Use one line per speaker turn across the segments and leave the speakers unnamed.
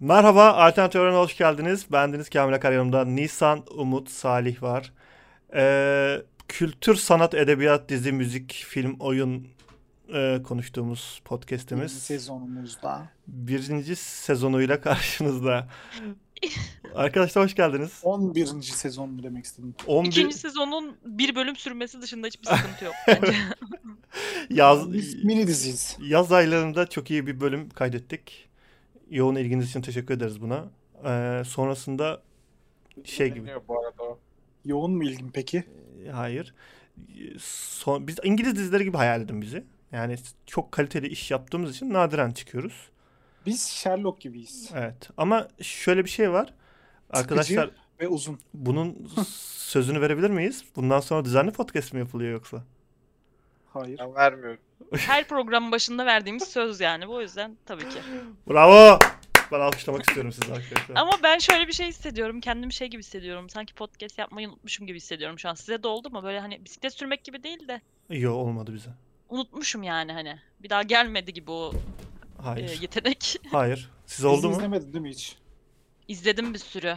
Merhaba, Alternatif Öğren'e hoş geldiniz. Bendeniz Kamil Akar yanımda. Nisan, Umut, Salih var. Ee, kültür, sanat, edebiyat, dizi, müzik, film, oyun e, konuştuğumuz
Birinci
podcast'imiz.
sezonumuzda.
Birinci sezonuyla karşınızda. Arkadaşlar hoş geldiniz.
11. sezon mu demek istedim?
11
İkinci sezonun bir bölüm sürmesi dışında hiçbir sıkıntı yok bence.
yaz,
Biz mini diziyiz.
yaz aylarında çok iyi bir bölüm kaydettik. Yoğun ilginiz için teşekkür ederiz buna. Ee, sonrasında şey gibi.
Deniyor bu arada.
Yoğun mu ilgin peki?
E, Hayır. E, Son, biz İngiliz dizileri gibi hayal edin bizi. Yani çok kaliteli iş yaptığımız için nadiren çıkıyoruz.
Biz Sherlock gibiyiz.
Evet. Ama şöyle bir şey var. Arkadaşlar
Ve uzun.
bunun sözünü verebilir miyiz? Bundan sonra düzenli podcast mi yapılıyor yoksa?
Hayır.
Ben vermiyorum.
Her programın başında verdiğimiz söz yani bu yüzden tabii ki.
Bravo! Ben alkışlamak istiyorum sizi arkadaşlar.
Ama ben şöyle bir şey hissediyorum. Kendimi şey gibi hissediyorum. Sanki podcast yapmayı unutmuşum gibi hissediyorum şu an. Size de oldu mu? Böyle hani bisiklet sürmek gibi değil de
Yo olmadı bize.
unutmuşum yani hani. Bir daha gelmedi gibi o e,
Hayır.
yetenek.
Hayır. Siz
Bizi
oldu mu?
izlemedin değil mi hiç?
İzledim bir sürü.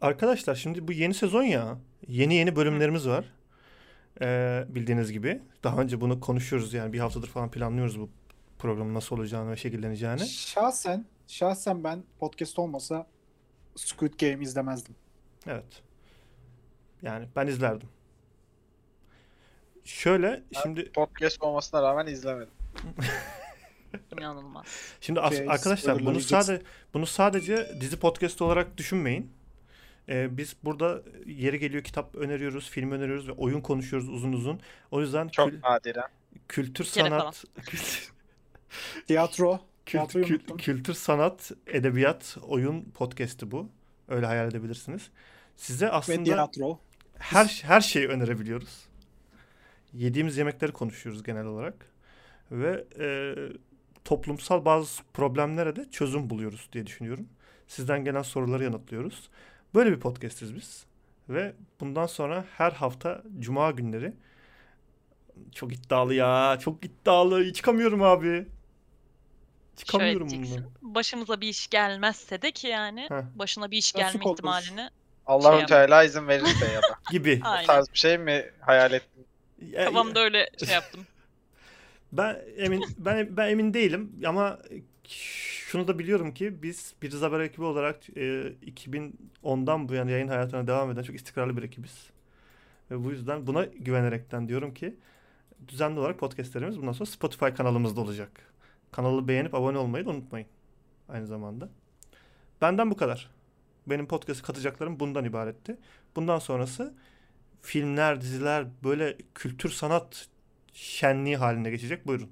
Arkadaşlar şimdi bu yeni sezon ya. Yeni yeni bölümlerimiz var. Ee, bildiğiniz gibi. Daha önce bunu konuşuyoruz yani bir haftadır falan planlıyoruz bu programın nasıl olacağını ve şekilleneceğini.
Şahsen, şahsen ben podcast olmasa Squid Game izlemezdim.
Evet. Yani ben izlerdim. Şöyle şimdi
Podcast olmasına rağmen izlemedim.
İnanılmaz.
şimdi as-
Okey,
arkadaşlar bunu
spoilerlayacaksın.
sadece bunu sadece dizi podcast olarak düşünmeyin. Ee, biz burada yeri geliyor kitap öneriyoruz, film öneriyoruz ve oyun konuşuyoruz uzun uzun. O yüzden
Çok
kül-
nadiren.
kültür
Gene
sanat kültür-
Tiyatro.
Kült-
Tiyatroyu
kült-
unuttum.
kültür, sanat, edebiyat, oyun podcast'i bu. Öyle hayal edebilirsiniz. Size
Ve
aslında
tiyatro.
her her şeyi önerebiliyoruz. Yediğimiz yemekleri konuşuyoruz genel olarak ve e, toplumsal bazı problemlere de çözüm buluyoruz diye düşünüyorum. Sizden gelen soruları yanıtlıyoruz. Böyle bir podcast'iz biz ve bundan sonra her hafta cuma günleri çok iddialı ya, çok iddialı. Çıkamıyorum abi.
Şöyle
Çıkamıyorum bunu.
diyeceksin. Başımıza bir iş gelmezse de ki yani
Heh.
başına bir iş
Nasıl
gelme
korkuyorsun?
ihtimalini
Allahu
Şey
Teala izin verirse ya da.
Gibi.
O
aynen.
tarz bir şey mi hayal ettin?
E, Ya-
Kafamda öyle şey yaptım.
Ben emin ben ben emin değilim ama şunu da biliyorum ki biz bir haber ekibi olarak e, 2010'dan bu yana yayın hayatına devam eden çok istikrarlı bir ekibiz. Ve bu yüzden buna güvenerekten diyorum ki düzenli olarak podcastlerimiz bundan sonra Spotify kanalımızda olacak. Kanalı beğenip abone olmayı da unutmayın aynı zamanda. Benden bu kadar. Benim podcast'e katacaklarım bundan ibaretti. Bundan sonrası filmler, diziler böyle kültür sanat şenliği haline geçecek. Buyurun.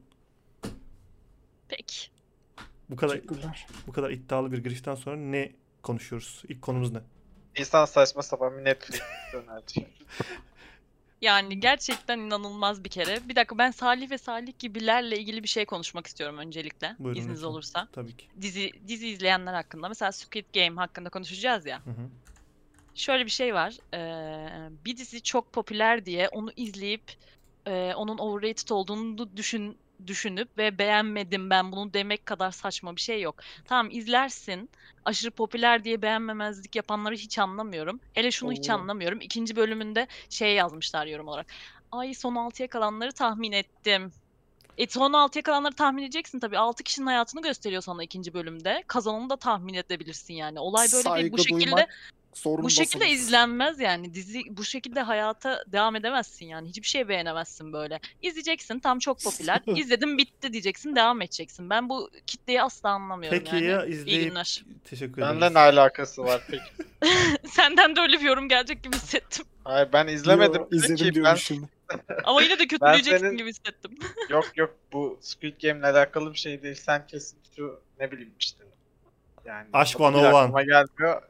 Peki.
Bu kadar
Teşekkürler.
bu kadar iddialı bir girişten sonra ne konuşuyoruz? İlk konumuz ne?
İnsan saçma sapan bir Netflix önerdi.
Yani gerçekten inanılmaz bir kere. Bir dakika ben Salih ve Salih gibilerle ilgili bir şey konuşmak istiyorum öncelikle.
Buyurun
izniniz
lütfen.
olursa.
Tabii ki.
Dizi dizi izleyenler hakkında. Mesela Squid Game hakkında konuşacağız ya.
Hı hı.
Şöyle bir şey var. Ee, bir dizi çok popüler diye onu izleyip e, onun overrated olduğunu du- düşün düşünüp ve beğenmedim ben bunu demek kadar saçma bir şey yok. Tamam izlersin. Aşırı popüler diye beğenmemezlik yapanları hiç anlamıyorum. Hele şunu hiç
Oo.
anlamıyorum. İkinci bölümünde şey yazmışlar yorum olarak. Ay son 6'ya kalanları tahmin ettim. E son 6'ya kalanları tahmin edeceksin tabii. 6 kişinin hayatını gösteriyor sana ikinci bölümde. Kazananı da tahmin edebilirsin yani. Olay böyle değil. Bu şekilde bu şekilde izlenmez yani dizi bu şekilde hayata devam edemezsin yani hiçbir şey beğenemezsin böyle. İzleyeceksin tam çok popüler. İzledim bitti diyeceksin devam edeceksin. Ben bu kitleyi asla anlamıyorum
Peki
yani.
ya
İyi
izleyip
günler.
teşekkür ederiz.
Benden ne alakası var peki?
Senden de öyle bir yorum gelecek gibi hissettim.
Hayır ben izlemedim.
Diyor, izledim
ki
diyorum
ben...
şimdi.
Ama yine de kötüleyeceksin
senin-
gibi hissettim.
Yok yok bu Squid Game'le alakalı bir şey değil. Sen kesin şu ne bileyim işte. Yani
Aşk
adı bile
101.
aklıma gelmiyor.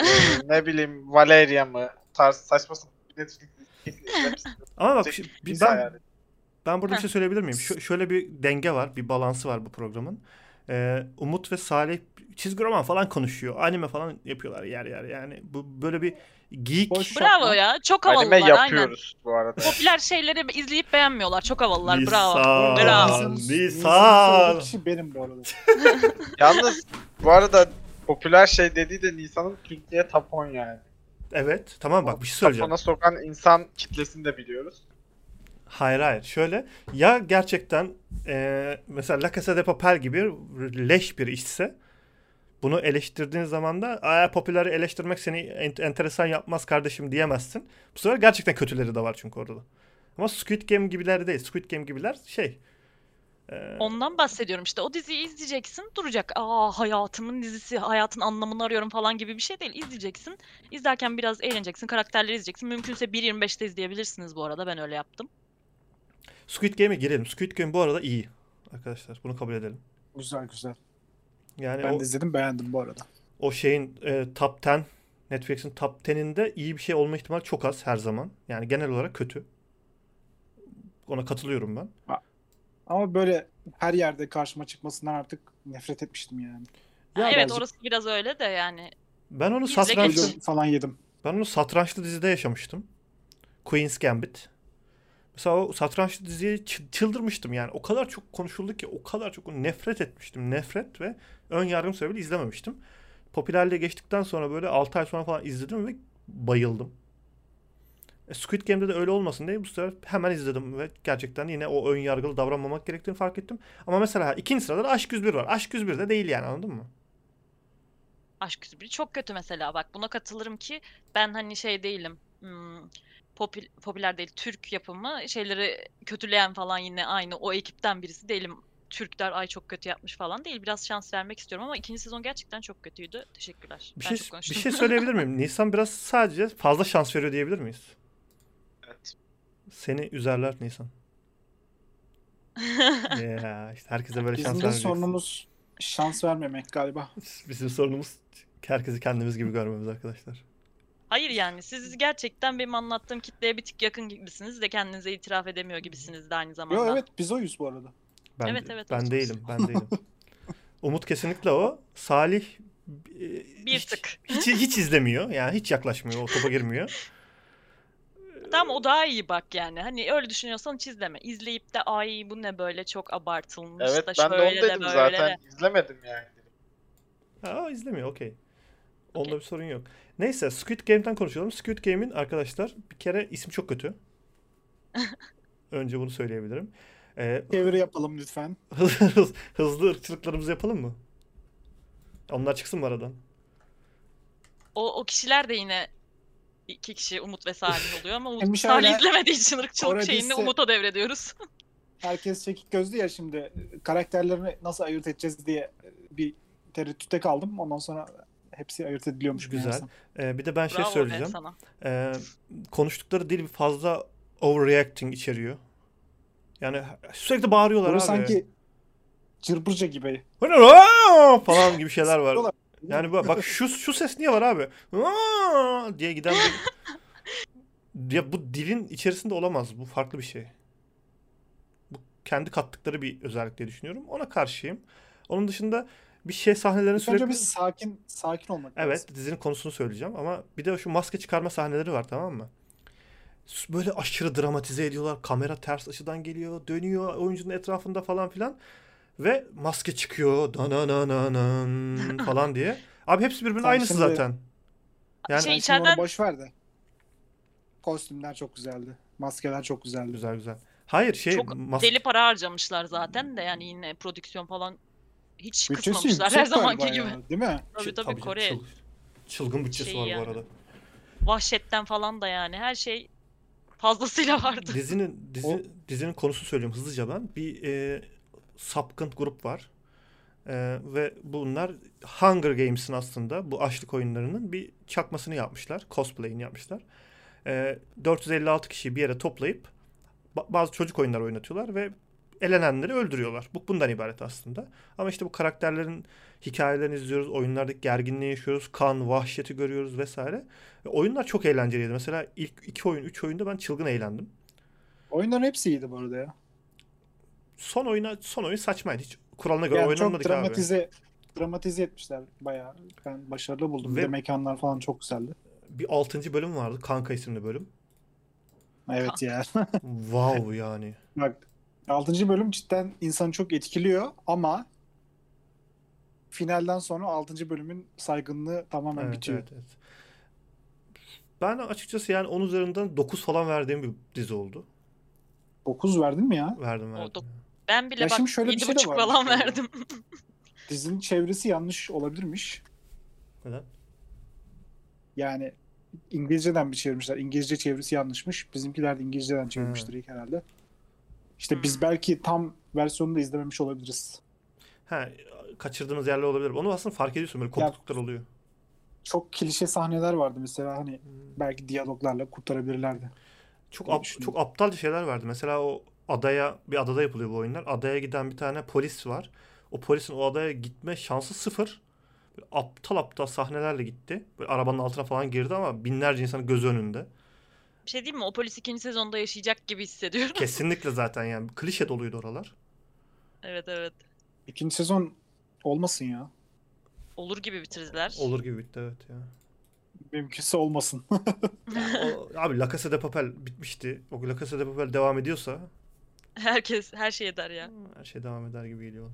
Ee, ne bileyim Valeria mı? Tarz saçma sapan bir Netflix izlemişsin.
Ama bak şu- bir-
İnsan
ben
yani.
ben burada bir
Heh.
şey söyleyebilir miyim? Şö- şöyle bir denge var, bir balansı var bu programın. Ee, Umut ve Salih çizgi roman falan konuşuyor. Anime falan yapıyorlar yer yer. Yani bu böyle bir geek
Boş
Bravo
yapma.
ya. Çok
Anime
havalılar aynen.
yapıyoruz bu arada.
Popüler şeyleri izleyip beğenmiyorlar. Çok havalılar.
Nisan,
Bravo.
Bu arada
Bravo.
Nisan'ın-
Nisan.
Nisan'ın söylediği kişi benim bu arada.
Yalnız Bu arada popüler şey dediği de Nisan'ın Türkiye tapon yani.
Evet tamam bak bir şey söyleyeceğim.
Tapona sokan insan kitlesini de biliyoruz.
Hayır hayır şöyle ya gerçekten eee, mesela La Casa de Papel gibi leş bir işse bunu eleştirdiğin zaman da Aa, popüleri eleştirmek seni en- enteresan yapmaz kardeşim diyemezsin. Bu sefer gerçekten kötüleri de var çünkü orada. da. Ama Squid Game gibiler değil. Squid Game gibiler şey. eee,
Ondan bahsediyorum işte o diziyi izleyeceksin duracak. Aa hayatımın dizisi hayatın anlamını arıyorum falan gibi bir şey değil. İzleyeceksin. İzlerken biraz eğleneceksin. Karakterleri izleyeceksin. Mümkünse 1.25'te izleyebilirsiniz bu arada ben öyle yaptım.
Squid Game'e girelim. Squid Game bu arada iyi. Arkadaşlar bunu kabul edelim.
Güzel güzel.
Yani
Ben
o,
de izledim beğendim bu arada.
o şeyin e, top 10 Netflix'in top 10'inde iyi bir şey olma ihtimali çok az her zaman. Yani genel olarak kötü. Ona katılıyorum ben.
Ama böyle her yerde karşıma çıkmasından artık nefret etmiştim yani.
Ya
evet
birazcık-
orası biraz öyle de yani.
Ben onu
Biz de
satranç
geçtik.
Hocam falan yedim.
ben onu satrançlı dizide yaşamıştım. Queen's Gambit. Mesela o satrançlı diziye çı- çıldırmıştım yani. O kadar çok konuşuldu ki o kadar çok nefret etmiştim. Nefret ve ön yargım sebebiyle izlememiştim. Popülerliğe geçtikten sonra böyle 6 ay sonra falan izledim ve bayıldım. E, Squid Game'de de öyle olmasın diye bu sefer hemen izledim ve gerçekten yine o ön yargılı davranmamak gerektiğini fark ettim. Ama mesela ikinci sırada da Aşk 101 var. Aşk 101 de değil yani anladın mı?
Aşk Yüzü Bir çok kötü mesela bak buna katılırım ki ben hani şey değilim. Hmm, popül- popüler değil Türk yapımı şeyleri kötüleyen falan yine aynı o ekipten birisi değilim. Türkler ay çok kötü yapmış falan değil. Biraz şans vermek istiyorum ama ikinci sezon gerçekten çok kötüydü. Teşekkürler.
Bir
ben
şey,
çok
bir
konuştum.
şey söyleyebilir miyim? Nisan biraz sadece fazla şans veriyor diyebilir miyiz?
Evet.
Seni üzerler Nisan. ya işte herkese böyle şans
Bizim de
vermeyeceksin.
sorunumuz şans vermemek galiba.
Bizim sorunumuz herkesi kendimiz gibi görmemiz arkadaşlar.
Hayır yani siz gerçekten benim anlattığım kitleye bir tık yakın gibisiniz de kendinize itiraf edemiyor gibisiniz de aynı zamanda.
Yo evet biz oyuz bu arada.
Ben,
Evet, evet,
ben
olsun.
değilim, ben değilim. Umut kesinlikle o. Salih e,
Bir
hiç,
tık.
hiç hiç izlemiyor. Yani hiç yaklaşmıyor, o topa girmiyor.
Tamam o daha iyi bak yani. Hani öyle düşünüyorsan hiç izleme. İzleyip de ay bu ne böyle çok abartılmış
Evet
da
ben de onu
şöyle
dedim
böyle
zaten.
de.
İzlemedim yani.
Ha, o izlemiyor okey. Onda
Okey.
bir sorun yok. Neyse Squid Game'den konuşalım. Squid Game'in arkadaşlar bir kere isim çok kötü. Önce bunu söyleyebilirim. Ee,
Çeviri yapalım lütfen.
hızlı, hızlı ırkçılıklarımızı yapalım mı? Onlar çıksın mı aradan?
O, o kişiler de yine iki kişi Umut ve Salih oluyor ama Umut
Emmiş
Salih
hala-
izlemediği için ırkçılık
Orada
şeyini
ise-
Umut'a devrediyoruz.
Herkes çekik gözlü ya şimdi. Karakterlerini nasıl ayırt edeceğiz diye bir tereddütte kaldım. Ondan sonra hepsi ayırt ediliyormuş.
Güzel.
meğersem.
Ee, bir de ben şey
Bravo be
söyleyeceğim.
sana.
Ee, konuştukları dil fazla overreacting içeriyor. Yani sürekli bağırıyorlar
Böyle
abi.
sanki cırbırca gibi.
falan gibi şeyler var.
Sıkıyorlar.
Yani bak, bak şu şu ses niye var abi? Aa! diye giden bir... ya bu dilin içerisinde olamaz. Bu farklı bir şey. Bu kendi kattıkları bir özellik diye düşünüyorum. Ona karşıyım. Onun dışında bir şey sahnelerini
İlk
sürekli
önce biz sakin sakin olmak lazım.
Evet dizinin konusunu söyleyeceğim ama bir de şu maske çıkarma sahneleri var tamam mı? S- Böyle aşırı dramatize ediyorlar. Kamera ters açıdan geliyor, dönüyor oyuncunun etrafında falan filan. Ve maske çıkıyor. Dananananan falan diye. Abi hepsi birbirinin
Sen
aynısı
şimdi-
zaten. Yani
Şey,
Şey,
içeriden-
içeriden... boş ver de. Kostümler çok güzeldi. Maskeler çok güzeldi.
güzel güzel. Hayır şey
Çok
mas-
Deli para harcamışlar zaten de yani yine prodüksiyon falan hiç
Bütçesi
kısmamışlar
yüksek
her zamanki
galiba
gibi.
ya, değil mi?
Tabii
Şey-
tabii
canım,
Kore
çıl- çılgın bütçesi
şeyi
var bu
yani.
arada.
vahşetten falan da yani her şey fazlasıyla vardı.
Dizinin dizi,
O-
dizinin konusu söyleyeyim hızlıca ben. Bir e, sapkın grup var. E, ve bunlar Hunger Games'in aslında bu açlık oyunlarının bir çakmasını yapmışlar. Cosplay'ini yapmışlar. E, 456 kişiyi bir yere toplayıp ba- bazı çocuk oyunları oynatıyorlar ve elenenleri öldürüyorlar. Bu bundan ibaret aslında. Ama işte bu karakterlerin hikayelerini izliyoruz, oyunlardaki gerginliği yaşıyoruz, kan, vahşeti görüyoruz vesaire. Ve oyunlar çok eğlenceliydi. Mesela ilk iki oyun, üç oyunda ben çılgın eğlendim.
Oyunların hepsi iyiydi bu arada ya.
Son oyuna son oyun saçmaydı. Hiç kuralına göre
Yani çok
oynanmadık abi.
dramatize dramatize etmişler bayağı. Ben başarılı buldum. Bir
Ve-
de mekanlar falan çok güzeldi.
Bir 6. bölüm vardı. Kanka isimli bölüm.
Evet ya.
wow yani.
Bak 6. bölüm cidden insanı çok etkiliyor ama finalden sonra 6. bölümün saygınlığı tamamen
Evet,
bitiyor.
evet, evet. Ben açıkçası yani 10 üzerinden 9 falan verdiğim bir dizi oldu.
9 verdin mi ya?
Verdim verdim.
Oldu. Ben bile
Ya
bak
şimdi şöyle bir
yedi
şey de
buçuk
varmış
falan
galiba.
verdim.
Dizinin çevresi yanlış olabilirmiş.
Neden?
Yani İngilizceden bir çevirmişler. İngilizce çevirisi yanlışmış. Bizimkiler de İngilizceden çevirmiştir ilk herhalde. İşte biz
Hmm.
belki tam versiyonunu da izlememiş olabiliriz.
Ha, kaçırdığımız yerler olabilir. Onu aslında fark ediyorsun böyle kopukluklar oluyor.
Çok klişe sahneler vardı mesela hani
Hmm.
belki diyaloglarla kurtarabilirlerdi.
Çok
Onu
ap-
düşünüyorum.
çok aptalca şeyler vardı. Mesela o adaya bir adada yapılıyor bu oyunlar. Adaya giden bir tane polis var. O polisin o adaya gitme şansı sıfır. Böyle aptal aptal sahnelerle gitti. Böyle arabanın altına falan girdi ama binlerce insan göz önünde.
Bir şey diyeyim mi? O polis ikinci sezonda yaşayacak gibi hissediyorum.
Kesinlikle zaten yani klişe doluydu oralar.
evet evet.
İkinci sezon olmasın ya.
Olur gibi bitirdiler.
Olur gibi bitti evet ya.
Mümkünse olmasın.
O- abi La Casa de Papel bitmişti. O La Casa de Papel devam ediyorsa
Herkes her şey eder ya.
her şey devam eder gibi geliyor.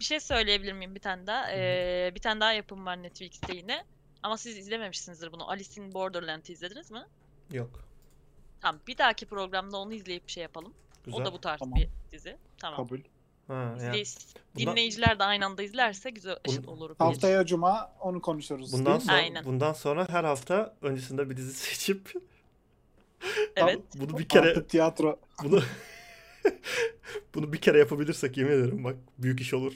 Bir şey söyleyebilir miyim bir tane daha?
hı.
Ee, bir tane daha yapım var Netflix'te yine. Ama siz izlememişsinizdir bunu. Alice in Borderland'i izlediniz mi?
Yok.
Tamam bir dahaki programda onu izleyip bir şey yapalım.
Güzel.
O da bu tarz
Tamam.
bir dizi. Tamam.
Kabul.
Ha, yani
İzleyici-
Bundan-
Dinleyiciler de aynı anda izlerse güzel şey
Bun-
olur. diye
Haftaya cuma onu konuşuruz.
Bundan
değil mi?
sonra,
Aynen.
bundan sonra her hafta öncesinde bir dizi seçip
düşünüyorum. Evet.
bunu bir kere
Artı tiyatro.
bunu bunu bir kere yapabilirsek yemin ederim bak büyük iş olur.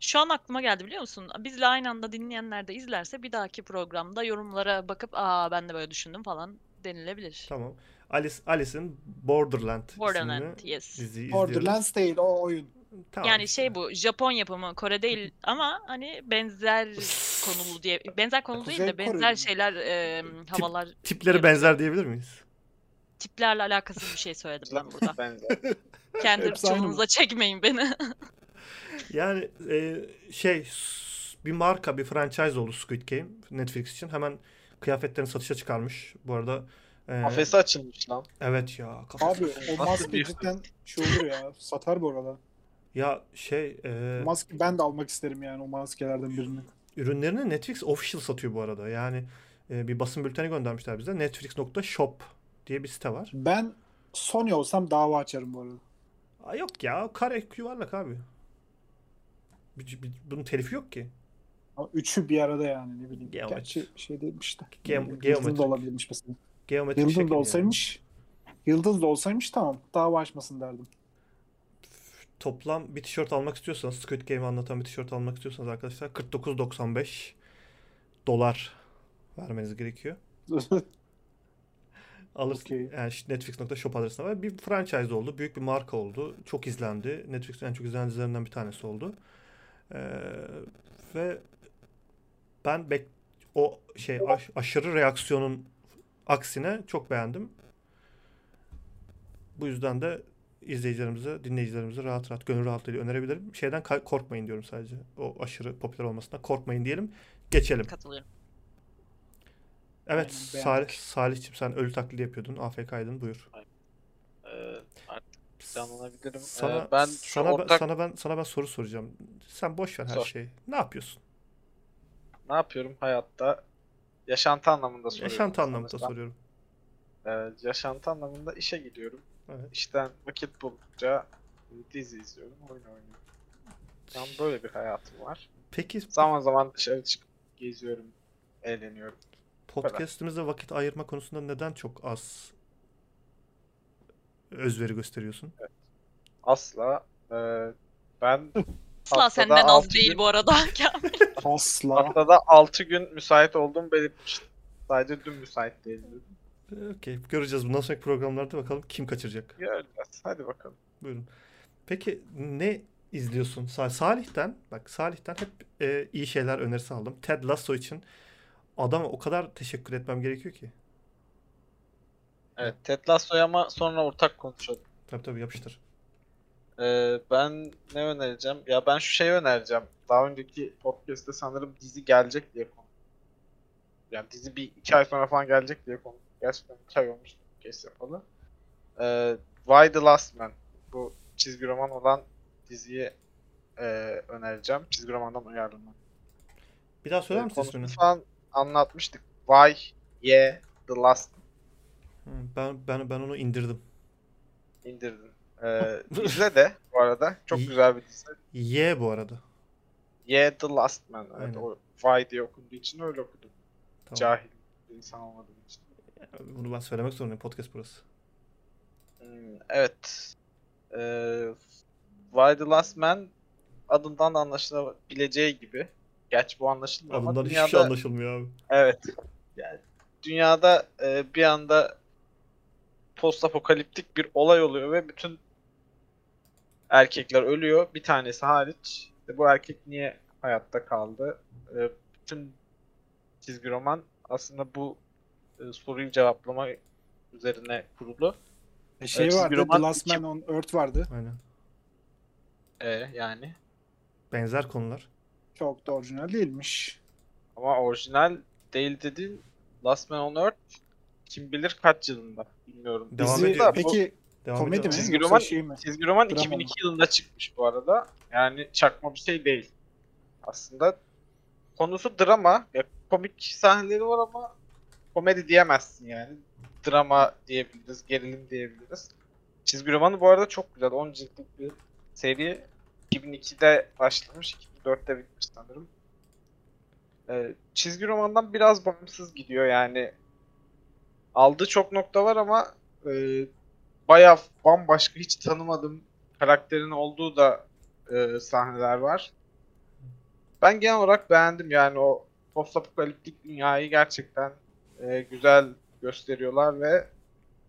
Şu an aklıma geldi biliyor musun? Bizle aynı anda dinleyenler de izlerse bir dahaki programda yorumlara bakıp aa ben de böyle düşündüm falan denilebilir.
Tamam. Alice Alice'in Borderland,
Borderland
isimli
yes.
diziyi izliyoruz.
Borderlands değil o oyun.
Tamam
Yani
işte.
şey bu Japon yapımı Kore değil ama hani benzer konulu diye benzer konulu değil de
Kuzey Kore
benzer
mi?
şeyler e, havalar
tipleri benzer diyebilir miyiz?
tiplerle alakasız bir şey söyledim ben burada.
Bence.
Kendi
Hepsi aynı mı?
çoluğunuza çekmeyin beni.
Yani e, şey s- bir marka bir franchise oldu Squid Game Netflix için. Hemen kıyafetlerini satışa çıkarmış. Bu arada e,
Kafesi açılmış lan.
evet ya kafası.
Abi o maske
bir-
cidden şey olur ya. Satar bu arada.
Ya şey e,
Maske ben de almak isterim yani o maskelerden birini.
ürünlerini Netflix official satıyor bu arada. Yani e, bir basın bülteni göndermişler bize. Netflix.shop diye bir site var.
Ben Sony olsam dava açarım bu arada.
Aa, yok ya kare yuvarlak abi. Bir- bir- bunun telifi yok ki.
Ama üçü bir arada yani ne bileyim.
Geometrik.
Gerçi şey değilmiş de.
Geo-
Yıldız
geometrik.
da olabilirmiş mesela.
Geometrik
Yıldız
şekil
da
yani.
olsaymış. Yıldız da olsaymış tamam. Dava açmasın derdim.
Toplam bir tişört almak istiyorsanız Squid Game'i anlatan bir tişört almak istiyorsanız arkadaşlar 49.95 dolar vermeniz gerekiyor. Alırsın.
Okey.
Yani şu Netflix.shop adresine var. Bir franchise oldu. Büyük bir marka oldu. Çok izlendi. Netflix'in en çok izlenen dizilerinden bir tanesi oldu. Ee, ve ben bek o şey aş- aşırı reaksiyonun aksine çok beğendim. Bu yüzden de izleyicilerimize, dinleyicilerimize rahat rahat gönül rahatlığıyla önerebilirim. Şeyden ka- korkmayın diyorum sadece. O aşırı popüler olmasına korkmayın diyelim. Geçelim.
Katılıyorum.
Evet,
Aynen,
Salih,
beğendik.
Salih'ciğim sen ölü taklidi yapıyordun. AFK'ydın. Buyur.
Ee, artık planlanabilirim. Ee,
Sana,
ben şu
sana, ben-
ortak
sana ben sana ben soru soracağım. Sen boş ver her
Sor.
şeyi. Ne yapıyorsun?
ne yapıyorum hayatta? Yaşantı anlamında soruyorum.
Yaşantı anlamında
sanırsam.
soruyorum.
Ee, yaşantı anlamında işe gidiyorum.
Evet.
İşten vakit buldukça dizi izliyorum, oyun oynuyorum. Tam böyle bir hayatım var.
Peki
Zaman zaman dışarı çıkıp geziyorum, eğleniyorum.
podcast'imize vakit ayırma konusunda neden çok az özveri gösteriyorsun?
Asla e, ben
Asla
Haftada
senden az
altı
değil
gün-
bu arada.
Asla.
haftada 6 gün müsait olduğum belirtmiştim. Sadece dün müsait değildim.
Ee, Okey. Göreceğiz. Bundan sonraki programlarda bakalım kim kaçıracak.
Göreceğiz. Hadi bakalım.
Buyurun. Peki ne izliyorsun? Sa- Salih'ten bak Salih'ten hep e, iyi şeyler önerisi aldım. Ted Lasso için adama o kadar teşekkür etmem gerekiyor ki.
Evet, Ted Lasso'yu ama sonra ortak konuşalım.
Tabii tabii yapıştır.
Ee, ben ne önereceğim? Ya ben şu şeyi önereceğim. Daha önceki podcast'te sanırım dizi gelecek diye konu. Yani dizi bir iki ay sonra falan gelecek diye konu. Gerçekten iki ay olmuş podcast yapalı. Ee, Why the Last Man? Bu çizgi roman olan diziyi e, önereceğim. Çizgi romandan uyarlanma.
Bir daha söyler
e,
misin
konusunu
ismini?
falan anlatmıştık. Why, yeah, the last
Hı, Ben ben ben onu indirdim.
indirdin. Ee, izle de bu arada. Çok güzel bir dizi.
Y bu arada.
Yeah, the last man. Evet,
Aynen.
o why diye okunduğu için öyle okudum.
Tamam.
Cahil bir insan olmadığım için.
Bunu ben söylemek zorundayım. Podcast burası.
Hmm, evet. Ee, Why the Last Man adından da anlaşılabileceği gibi. Gerçi bu anlaşılmıyor ama
Adından hiçbir şey
dünyada
anlaşılmıyor abi.
Evet. Yani dünyada e, bir anda postapokaliptik bir olay oluyor ve bütün erkekler ölüyor. Bir tanesi hariç. İşte bu erkek niye hayatta kaldı? E, bütün çizgi roman aslında bu e, soruyu cevaplama üzerine kurulu.
E, Şey
Evet,
vardı.
Roman
The Last
iki-
Man on Earth vardı.
Aynen.
E, yani
Benzer konular.
Çok da orijinal değilmiş.
Ama orijinal değil dedin. Last Man on Earth kim bilir kaç yılında bilmiyorum.
Devam
Dizi-
ediyor.
Bu
Peki
Devam
komedi mi?
ediyorum.
Çizgi
Yoksa
roman-
şey mi?
çizgi roman
Drama
2002
mı?
yılında çıkmış bu arada. Yani çakma bir şey değil. Aslında konusu drama. Ya, komik sahneleri var ama komedi diyemezsin yani. Drama diyebiliriz, gerilim diyebiliriz. Çizgi romanı bu arada çok güzel. 10 ciltlik bir seri. 2002'de başlamış, 2004'te bitmiş sanırım. Ee, çizgi romandan biraz bağımsız gidiyor yani. Aldığı çok nokta var ama e, bayağı bambaşka hiç tanımadığım karakterin olduğu da e, sahneler var. Ben genel olarak beğendim yani o postapokaliptik dünyayı gerçekten e, güzel gösteriyorlar ve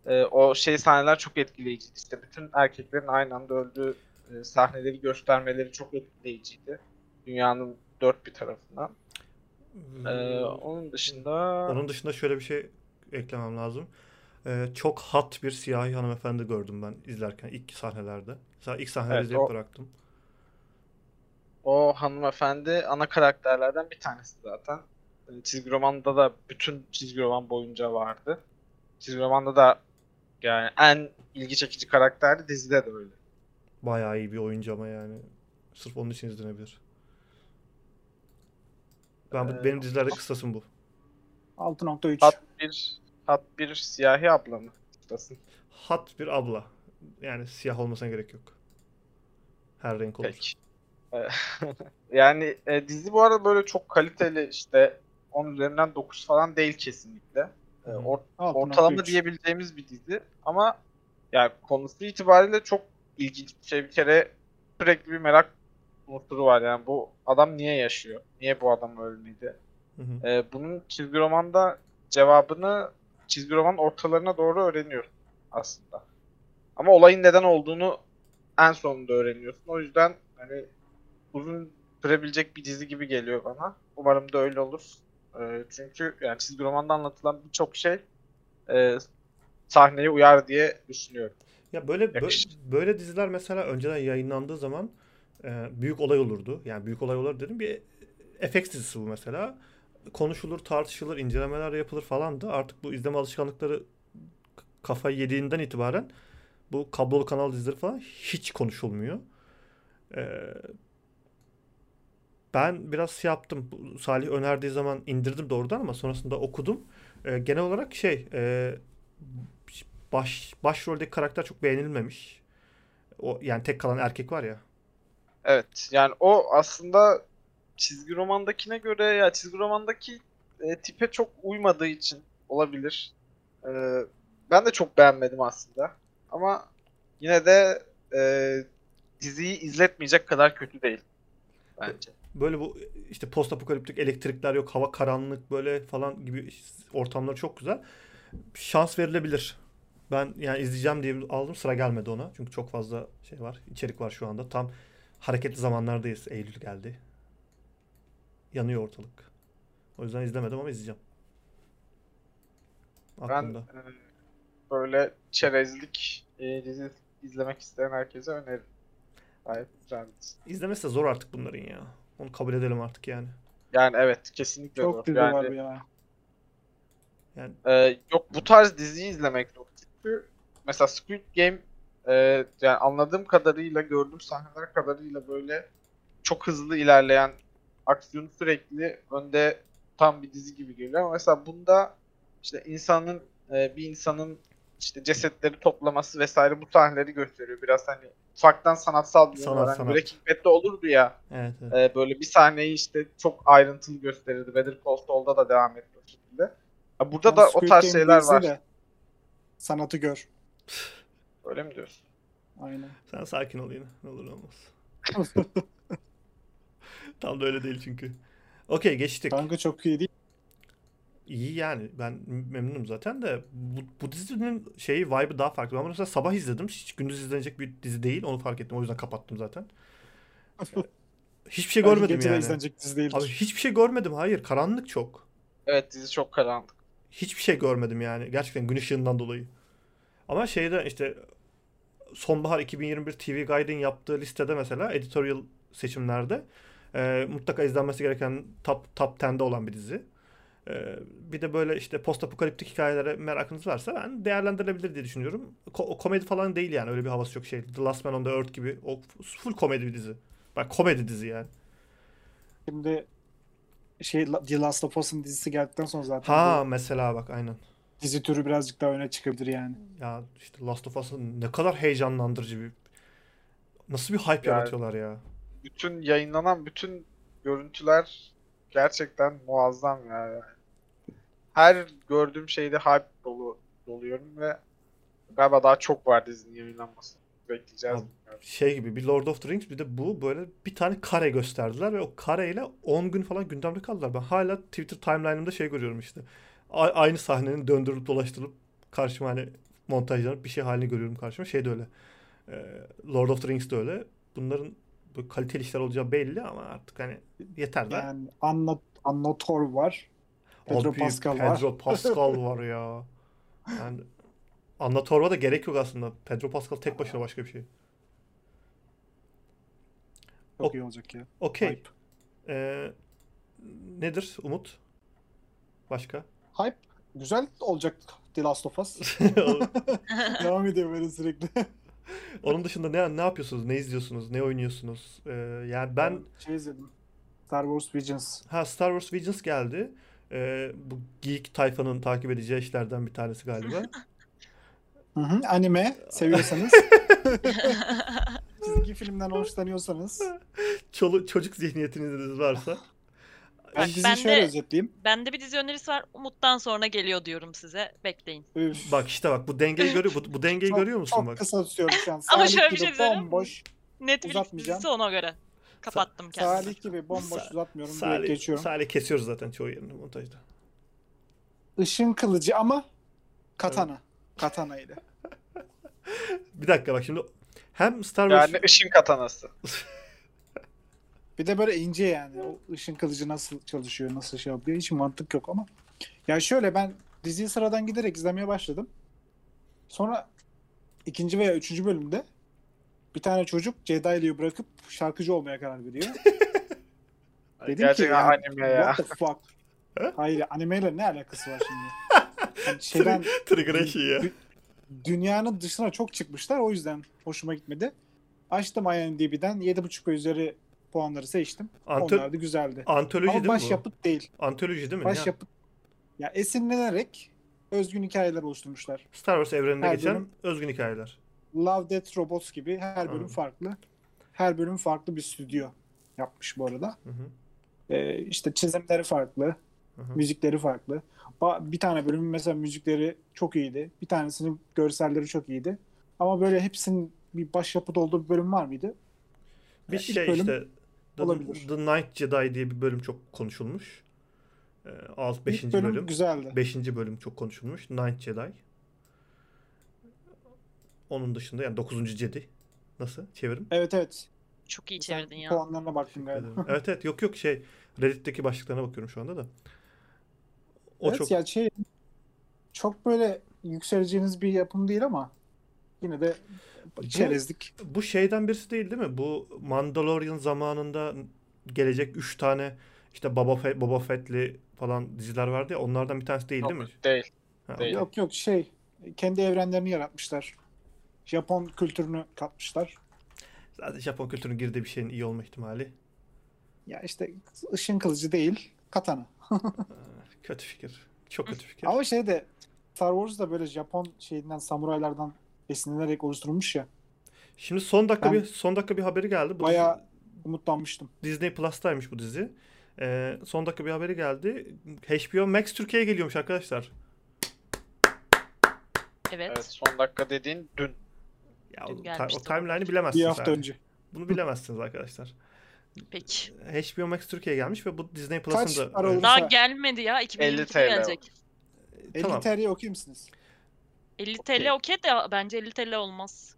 e, o şey sahneler çok etkileyiciydi. İşte bütün erkeklerin aynı anda öldüğü e, sahneleri göstermeleri çok etkileyiciydi. Dünyanın dört bir tarafından. E, onun dışında
Ee, Onun dışında şöyle bir şey eklemem lazım. Ee, çok hat bir siyahi hanımefendi gördüm ben izlerken ilk sahnelerde. Mesela ilk sahneleri
Evet,
izleyip
o-
bıraktım.
O hanımefendi ana karakterlerden bir tanesi zaten. E, Çizgi romanda da bütün çizgi roman boyunca vardı. Çizgi romanda da yani en ilgi çekici karakterdi dizide de öyle.
Bayağı iyi bir oyuncu ama yani. Sırf onun için izlenebilir. Ben, bu-
Ee,
benim dizilerde kıstasım bu.
6.3.
Hat bir hat bir siyahi abla mı? Kıstasın.
Hat bir abla. Yani siyah olmasına gerek yok. Her renk olur.
Peki. E, yani e, dizi bu arada böyle çok kaliteli işte 10 üzerinden 9 falan değil kesinlikle. E,
Hı hı.
or-
6.3.
ortalama diyebileceğimiz bir dizi ama yani konusu itibariyle çok ilginç bir şey. Bir kere sürekli bir merak unsuru var yani bu adam niye yaşıyor? Niye bu adam ölmedi?
Hı hı.
Ee, bunun çizgi romanda cevabını çizgi roman ortalarına doğru öğreniyorsun aslında. Ama olayın neden olduğunu en sonunda öğreniyorsun. O yüzden hani uzun sürebilecek bir dizi gibi geliyor bana. Umarım da öyle olur. Ee, çünkü yani çizgi romanda anlatılan birçok şey e, sahneye uyar diye düşünüyorum.
Ya böyle bö-
Yakışır.
böyle diziler mesela önceden yayınlandığı zaman e, büyük olay olurdu. Yani büyük olay olur dedim bir FX dizisi bu mesela. Konuşulur, tartışılır, incelemeler yapılır falan da artık bu izleme alışkanlıkları k- kafayı yediğinden itibaren bu kablolu kanal dizileri falan hiç konuşulmuyor. E, ben biraz şey yaptım. Bu Salih önerdiği zaman indirdim doğrudan ama sonrasında okudum. E, genel olarak şey e, baş başroldeki karakter çok beğenilmemiş. O yani tek kalan erkek var ya.
Evet yani o aslında çizgi romandakine göre ya çizgi romandaki e, tipe çok uymadığı için olabilir. Ee, ben de çok beğenmedim aslında. Ama yine de e, diziyi izletmeyecek kadar kötü değil bence.
Böyle bu işte postapokaliptik elektrikler yok, hava karanlık böyle falan gibi ortamları çok güzel. Şans verilebilir. Ben yani izleyeceğim diye aldım sıra gelmedi ona. Çünkü çok fazla şey var, içerik var şu anda. Tam hareketli zamanlardayız. Eylül geldi. Yanıyor ortalık. O yüzden izlemedim ama izleyeceğim.
Ben
Aklımda.
e, böyle çerezlik e, dizi izlemek isteyen herkese öneririm. Gayet güzel bir dizi.
İzlemesi de zor artık bunların ya. Onu kabul edelim artık yani.
Yani evet kesinlikle doğru.
Çok dizi
Yani-
var bu ya.
Ee, yok bu tarz diziyi izlemek yok. Çünkü mesela Squid Game e, yani anladığım kadarıyla gördüğüm sahneler kadarıyla böyle çok hızlı ilerleyen aksiyon sürekli önde tam bir dizi gibi geliyor ama mesela bunda işte insanın e, bir insanın işte cesetleri toplaması vesaire bu sahneleri gösteriyor. Biraz hani ufaktan sanatsal bir
Sanat,
sanat, var. Hani
sanat.
Breaking Bad'de olurdu ya.
Evet, evet.
Ee, böyle bir sahneyi işte çok ayrıntılı gösterirdi. Better Call Saul'da da devam etti o şekilde. Ya burada
Yani
da o
Squid
tarz
Game'i
şeyler
izle
var.
de Sanatı gör.
Öyle mi diyorsun?
Aynen.
Sen sakin ol yine. Ne olur ne olmaz. Tam da öyle değil çünkü. Okey geçtik.
Kanka çok iyi değil.
İyi yani. Ben memnunum zaten de bu, bu dizinin şeyi vibe'ı daha farklı. Ben bunu mesela sabah izledim. Hiç gündüz izlenecek bir dizi değil. Onu fark ettim. O yüzden kapattım zaten. Hiçbir şey
Bence
görmedim
gece de
yani.
izlenecek dizi değildir.
Abi hiçbir şey görmedim. Hayır. Karanlık çok.
Evet dizi çok karanlık.
Hiçbir şey görmedim yani. Gerçekten gün ışığından dolayı. Ama şeyde işte sonbahar 2021 TV Guide'in yaptığı listede mesela editorial seçimlerde e, mutlaka izlenmesi gereken top top 10'de olan bir dizi. E, bir de böyle işte postapokaliptik hikayelere merakınız varsa ben değerlendirilebilir diye düşünüyorum. Ko- o komedi falan değil yani öyle bir havası yok şey. The Last Man on the Earth gibi o full komedi bir dizi. Bak komedi dizi yani.
Şimdi şey La- The Last of Us'ın dizisi geldikten sonra zaten
Ha mesela bak aynen.
bu dizi türü birazcık daha öne çıkabilir yani.
Ya işte Last of Us'ın ne kadar heyecanlandırıcı bir nasıl bir hype
Ya-
yaratıyorlar ya.
Bütün yayınlanan bütün görüntüler gerçekten muazzam ya. Yani. Her gördüğüm şeyde hype dolu doluyorum ve galiba daha çok var dizinin yayınlanması. Bekleyeceğiz.
Abi, Şey gibi bir Lord of the Rings bir de bu böyle bir tane kare gösterdiler ve o kareyle 10 gün falan gündemde kaldılar. Ben hala Twitter timeline'ımda şey görüyorum işte. A- aynı sahnenin döndürülüp dolaştırılıp karşıma hani montajlanıp bir şey halini görüyorum karşıma. Şey de öyle. Ee, Lord of the Rings de öyle. Bunların böyle kaliteli işler olacağı belli ama artık hani yeter de.
Yani Anna, Anna Thor var. Pedro
Abi,
Pascal var.
Pedro Pascal var ya. Yani Anna da gerek yok aslında. Pedro Pascal tek başına başka bir şey.
Çok
O-
iyi olacak ya.
Okey.
Hype.
Ee, nedir Umut? Başka?
Hype güzel olacak The Last of Us. Devam ediyor böyle sürekli.
Onun dışında ne ne yapıyorsunuz? Ne izliyorsunuz? Ne oynuyorsunuz? Ee, yani ben
şey izledim. Star Wars Visions.
ha Star Wars Visions geldi. Ee, bu geek tayfanın takip edeceği işlerden bir tanesi galiba.
Hı hı, anime seviyorsanız. Çizgi filmden hoşlanıyorsanız.
Çolu- çocuk zihniyetiniz varsa.
Ben
Bak,
diziyi
ben
şöyle
de-
özetleyeyim.
Bende bir dizi önerisi var. Umut'tan sonra geliyor diyorum size. Bekleyin.
Üf,
Bak işte bak bu dengeyi görüyor bu, bu dengeyi görüyor musun
çok
bak?
kısa tutuyorum şu an.
Ama
Salih
şöyle bir
gibi
şey söyleyeyim mi?
bomboş.
Netflix
Uzatmayacağım.
dizisi ona göre. Kapattım kendimi.
Salih gibi bomboş
Sa-
uzatmıyorum.
Salih,
Direkt geçiyorum.
Salih kesiyoruz zaten çoğu yerini montajda.
Işın kılıcı ama katana. Katana ile.
Bir dakika bak şimdi hem Star Wars
Yani ışın katanası.
Bir de böyle ince yani. O ışın kılıcı nasıl çalışıyor, nasıl şey yapıyor hiç mantık yok ama. Ya şöyle ben diziyi sıradan giderek izlemeye başladım. Sonra ikinci veya üçüncü bölümde bir tane çocuk Jedi'liği bırakıp şarkıcı olmaya karar veriyor. Dedim ki
Gerçekten
yani,
anime ya.
What the fuck? Hayır animeyle ne alakası var şimdi? Yani şeyden
Trigger eşiği ya.
Dü- dünyanın dışına çok çıkmışlar o yüzden hoşuma gitmedi. Açtım IMDb'den 7.5 üzeri puanları seçtim.
Antö-
Onlar da güzeldi.
Antoloji
Ama
değil mi bu?
başyapıt değil.
Antoloji değil mi? Ya,
Başyapıt ya esinlenerek özgün hikayeler oluşturmuşlar.
Star Wars evreninde
Her
geçen
bölüm-
özgün hikayeler.
Love Death Robots gibi her bölüm
Anladım.
farklı. Her bölüm farklı bir stüdyo yapmış bu arada.
Hı hı.
Ee, işte çizimleri farklı,
Hı hı.
müzikleri farklı. Ba- bir tane bölümün mesela müzikleri çok iyiydi. Bir tanesinin görselleri çok iyiydi. Ama böyle hepsinin bir başyapıt olduğu bir bölüm var mıydı?
Bir
Ya, ilk
şey
bölüm
işte The,
olabilir.
The Night Jedi diye bir bölüm çok konuşulmuş. Ee, alt 5.
İlk bölüm,
bölüm.
güzeldi.
5. bölüm çok konuşulmuş. Ninth Jedi. Onun dışında yani 9. Jedi. Nasıl? Çevirim.
evet evet.
Çok iyi
Sen
çevirdin ya.
Puanlarına baktım
Teşekkür
galiba.
ederim. evet evet yok yok şey Reddit'teki başlıklarına bakıyorum şu anda da. O
evet
çok
ya şey çok böyle yükseleceğiniz bir yapım değil ama yine de çerezlik.
Bu şeyden birisi değil değil mi? Bu Mandalorian zamanında gelecek 3 tane işte Boba Fett, Boba Fett'li falan diziler vardı ya onlardan bir tanesi değil değil mi?
Yok, değil.
Ha,
değil.
Yok yok şey kendi evrenlerini yaratmışlar. Japon kültürünü katmışlar.
Zaten Japon kültürünün girdiği bir şeyin iyi olma ihtimali
Ya işte ışın kılıcı değil, katana.
Ee, Kötü fikir. Çok kötü fikir.
Ama şey de Star Wars da böyle Japon şeyinden, samuraylardan esinlenerek oluşturulmuş ya.
Şimdi son dakika
Ben-
bir son dakika bir haberi geldi. Bu
Bayağı umutlanmıştım.
Disney Plus'taymış bu dizi. Ee, son dakika bir haberi geldi. HBO Max Türkiye'ye geliyormuş arkadaşlar.
Evet.
Evet son dakika dediğin dün.
Ya
Dün
o, ta-
gelmişti.
o timeline'i bilemezsiniz.
Bir hafta
yani.
önce.
Bunu bilemezsiniz arkadaşlar.
Peki.
HBO Max Türkiye'ye gelmiş ve bu Disney Plus'ın
Kaç
da
para olur?
Daha
Mesela-
gelmedi ya.
50
2022'de
TL
gelecek.
50
E, Tamam.
TL'ye okuyayım mısınız?
50
Okey.
TL okey de bence 50 TL olmaz.